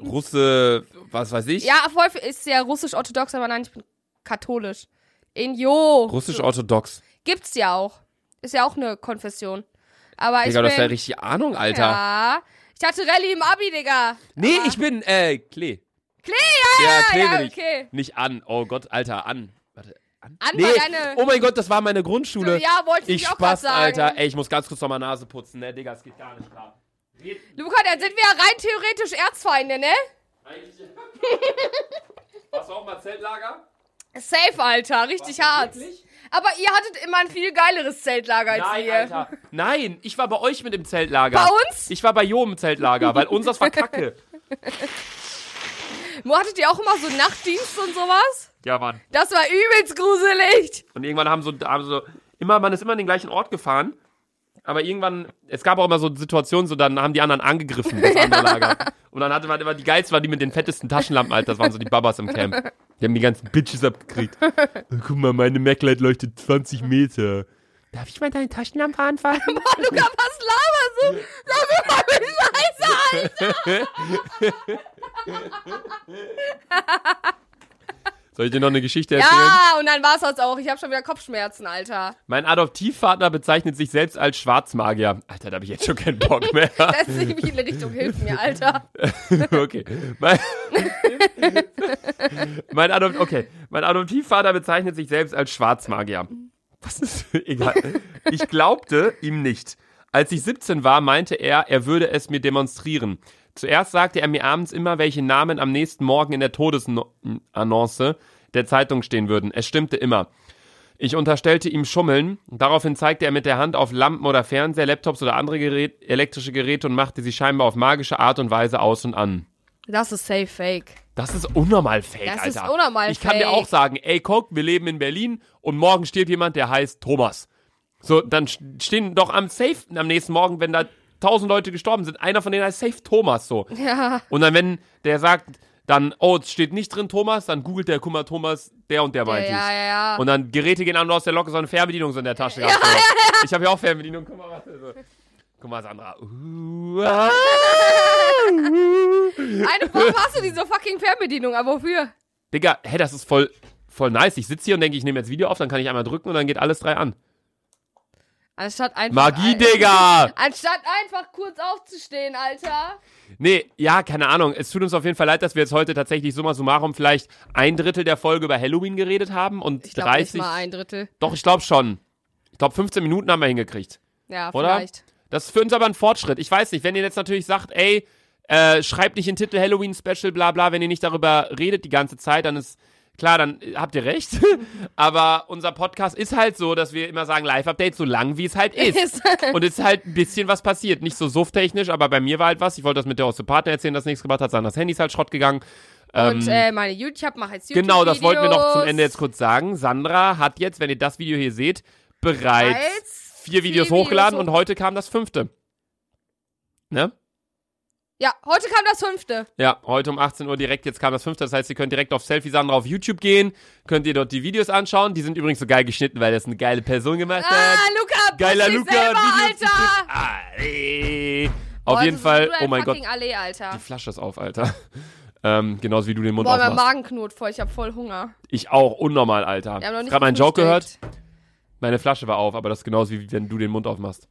Speaker 1: Russe, was weiß ich.
Speaker 2: Ja, voll ist ja russisch-orthodox, aber nein, ich bin katholisch. In Jo.
Speaker 1: Russisch-orthodox.
Speaker 2: Gibt's ja auch. Ist ja auch eine Konfession. Aber ich
Speaker 1: Digga, du
Speaker 2: bin...
Speaker 1: hast ja richtig Ahnung, Alter.
Speaker 2: Ja. Ich hatte Rallye im Abi, Digga.
Speaker 1: Nee,
Speaker 2: Aber-
Speaker 1: ich bin, äh, Klee.
Speaker 2: Klee,
Speaker 1: ja, ja, Klee
Speaker 2: ja,
Speaker 1: bin ich.
Speaker 2: okay.
Speaker 1: Nicht an. Oh Gott, Alter, an. Warte, an?
Speaker 2: An
Speaker 1: nee.
Speaker 2: war deine-
Speaker 1: Oh mein Gott, das war meine Grundschule.
Speaker 2: Ja, wollte ich,
Speaker 1: ich
Speaker 2: auch grad
Speaker 1: Spaß,
Speaker 2: sagen.
Speaker 1: Alter. Ey, ich muss ganz kurz nochmal Nase putzen, ne, Digga, es geht gar nicht klar.
Speaker 2: Luca, dann sind wir ja rein theoretisch Erzfeinde, ne?
Speaker 1: Eigentlich. Hast du auch mal Zeltlager?
Speaker 2: Safe, Alter. Richtig hart.
Speaker 1: Wirklich?
Speaker 2: Aber ihr hattet immer ein viel geileres Zeltlager als
Speaker 1: Nein,
Speaker 2: wir.
Speaker 1: Alter. Nein, ich war bei euch mit dem Zeltlager.
Speaker 2: Bei uns?
Speaker 1: Ich war bei Jo im Zeltlager, weil unseres war kacke.
Speaker 2: Wo hattet ihr auch immer so Nachtdienst und sowas?
Speaker 1: Ja, Mann.
Speaker 2: Das war übelst gruselig.
Speaker 1: Und irgendwann haben so, haben so immer, man ist immer an den gleichen Ort gefahren. Aber irgendwann, es gab auch immer so Situationen, so dann haben die anderen angegriffen, das andere Lager. Und dann hatte man immer die geilsten, waren die mit den fettesten Taschenlampen, Alter. Das waren so die Babas im Camp. Die haben die ganzen Bitches abgekriegt. Guck mal, meine MacLight leuchtet 20 Meter. Darf ich mal deine Taschenlampe anfassen?
Speaker 2: Boah, Luca, was laberst du? Sag mir mal die Scheiße, Alter.
Speaker 1: Soll ich dir noch eine Geschichte erzählen?
Speaker 2: Ja, Ah, und dann war's das auch. Ich habe schon wieder Kopfschmerzen, Alter.
Speaker 1: Mein Adoptivvater bezeichnet sich selbst als Schwarzmagier. Alter, da habe ich jetzt schon keinen Bock mehr.
Speaker 2: Das ist in viele Richtung. Hilf mir, Alter.
Speaker 1: okay. Mein, mein, Adopt okay. mein Adoptivvater bezeichnet sich selbst als Schwarzmagier. Das ist egal. Ich glaubte ihm nicht. Als ich 17 war, meinte er, er würde es mir demonstrieren. Zuerst sagte er mir abends immer, welche Namen am nächsten Morgen in der Todesannonce der Zeitung stehen würden. Es stimmte immer. Ich unterstellte ihm Schummeln. Daraufhin zeigte er mit der Hand auf Lampen oder Fernseher, Laptops oder andere Gerät, elektrische Geräte und machte sie scheinbar auf magische Art und Weise aus und an.
Speaker 2: Das ist safe fake.
Speaker 1: Das ist unnormal fake,
Speaker 2: Das ist
Speaker 1: Alter.
Speaker 2: unnormal
Speaker 1: Ich kann dir
Speaker 2: fake.
Speaker 1: auch sagen, ey, guck, wir leben in Berlin und morgen stirbt jemand, der heißt Thomas. So, dann st- stehen doch am safe am nächsten Morgen, wenn da tausend Leute gestorben sind, einer von denen heißt safe Thomas, so.
Speaker 2: Ja.
Speaker 1: Und dann, wenn der sagt, dann, oh, es steht nicht drin Thomas, dann googelt der, guck mal, Thomas, der und der
Speaker 2: Ja,
Speaker 1: meint ich.
Speaker 2: ja, ja.
Speaker 1: Und dann Geräte gehen an und aus der Locke, so eine Fernbedienung so in der Tasche. gehabt, so. Ich habe ja auch Fernbedienung. Guck mal, warte, so. Guck mal, Sandra. Uh, ah.
Speaker 2: Eine Woche hast du diese fucking Fernbedienung, aber wofür?
Speaker 1: Digga, hä, das ist voll, voll nice. Ich sitze hier und denke, ich nehme jetzt Video auf, dann kann ich einmal drücken und dann geht alles drei an.
Speaker 2: Anstatt einfach.
Speaker 1: Magie, Digga!
Speaker 2: Anstatt einfach kurz aufzustehen, Alter.
Speaker 1: Nee, ja, keine Ahnung. Es tut uns auf jeden Fall leid, dass wir jetzt heute tatsächlich summa summarum vielleicht ein Drittel der Folge über Halloween geredet haben und
Speaker 2: Ich glaube nicht
Speaker 1: 30.
Speaker 2: mal ein Drittel.
Speaker 1: Doch, ich glaube schon. Ich glaube, 15 Minuten haben wir hingekriegt.
Speaker 2: Ja,
Speaker 1: Oder?
Speaker 2: vielleicht.
Speaker 1: Das ist für uns aber ein Fortschritt. Ich weiß nicht, wenn ihr jetzt natürlich sagt, ey, äh, schreibt nicht den Titel Halloween Special, bla bla, wenn ihr nicht darüber redet die ganze Zeit, dann ist klar, dann äh, habt ihr recht. aber unser Podcast ist halt so, dass wir immer sagen, Live-Update so lang, wie es halt ist.
Speaker 2: Ist.
Speaker 1: Und es ist halt ein bisschen was passiert. Nicht so sufftechnisch, aber bei mir war halt was. Ich wollte das mit der Osteopathen erzählen, das nichts gemacht hat, sondern das Handy ist halt Schrott gegangen.
Speaker 2: Und äh, meine YouTube, ich hab- mach jetzt YouTube.
Speaker 1: Ähm, Genau, das wollten wir noch zum Ende
Speaker 2: Videos.
Speaker 1: jetzt kurz sagen. Sandra hat jetzt, wenn ihr das Video hier seht, bereits
Speaker 2: Bereits
Speaker 1: vier Videos
Speaker 2: Videos
Speaker 1: hochgeladen
Speaker 2: hoch-
Speaker 1: und heute kam das fünfte. Ne?
Speaker 2: Ja, heute kam das fünfte.
Speaker 1: Ja, heute um 18 Uhr direkt, jetzt kam das fünfte. Das heißt, ihr könnt direkt auf Selfie Sandra auf YouTube gehen, könnt ihr dort die Videos anschauen. Die sind übrigens so geil geschnitten, weil das eine geile Person gemacht
Speaker 2: Ah,
Speaker 1: hat.
Speaker 2: Luca, push
Speaker 1: Geiler
Speaker 2: dich
Speaker 1: Luca,
Speaker 2: selber,
Speaker 1: Videos
Speaker 2: Alter.
Speaker 1: Ah, ey.
Speaker 2: Boah,
Speaker 1: Auf
Speaker 2: das
Speaker 1: jeden
Speaker 2: ist
Speaker 1: Fall,
Speaker 2: nur ein
Speaker 1: oh mein Gott,
Speaker 2: fucking Allee, Alter.
Speaker 1: die Flasche ist auf, Alter. Ähm, genauso wie du den Mund
Speaker 2: Boah, mein
Speaker 1: aufmachst.
Speaker 2: Magen knurrt voll, ich hab voll Hunger.
Speaker 1: Ich auch, unnormal, Alter.
Speaker 2: Wir haben noch nicht
Speaker 1: Gerade meinen Joke gehört.
Speaker 2: gefrühstückt.
Speaker 1: Meine Flasche war auf, aber das ist genauso wie wenn du den Mund aufmachst.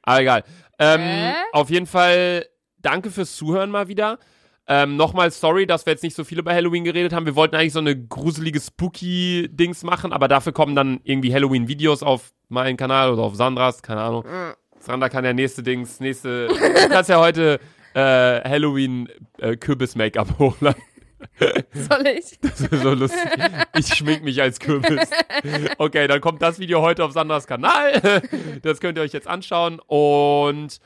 Speaker 1: Aber egal. Ähm,
Speaker 2: Hä?
Speaker 1: Auf jeden Fall, danke fürs Zuhören mal wieder. Ähm, Nochmal sorry, dass wir jetzt nicht so viele bei Halloween geredet haben. Wir wollten eigentlich so eine gruselige Spooky-Dings machen, aber dafür kommen dann irgendwie Halloween-Videos auf meinen Kanal oder auf Sandras, keine Ahnung. Sandra kann ja nächste Dings, nächste. Du kannst ja heute äh, Halloween-Kürbis-Make-up holen.
Speaker 2: Soll ich?
Speaker 1: Das ist so lustig. Ich schmink mich als Kürbis. Okay, dann kommt das Video heute auf Sandras Kanal. Das könnt ihr euch jetzt anschauen. Und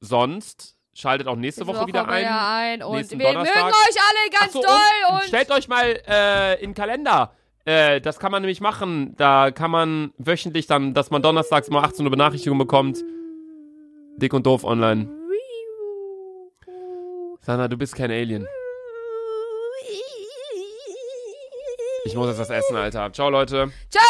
Speaker 1: sonst schaltet auch nächste Woche wieder ein.
Speaker 2: Ja, ein. Und
Speaker 1: Nächsten
Speaker 2: wir
Speaker 1: Donnerstag.
Speaker 2: mögen euch alle ganz
Speaker 1: Achso,
Speaker 2: doll. Und,
Speaker 1: stellt euch mal äh, in den Kalender. Äh, das kann man nämlich machen. Da kann man wöchentlich dann, dass man donnerstags mal 18 Uhr Benachrichtigung bekommt. Dick und doof online. Sandra, du bist kein Alien. Ich muss jetzt was essen, Alter. Ciao, Leute.
Speaker 2: ciao.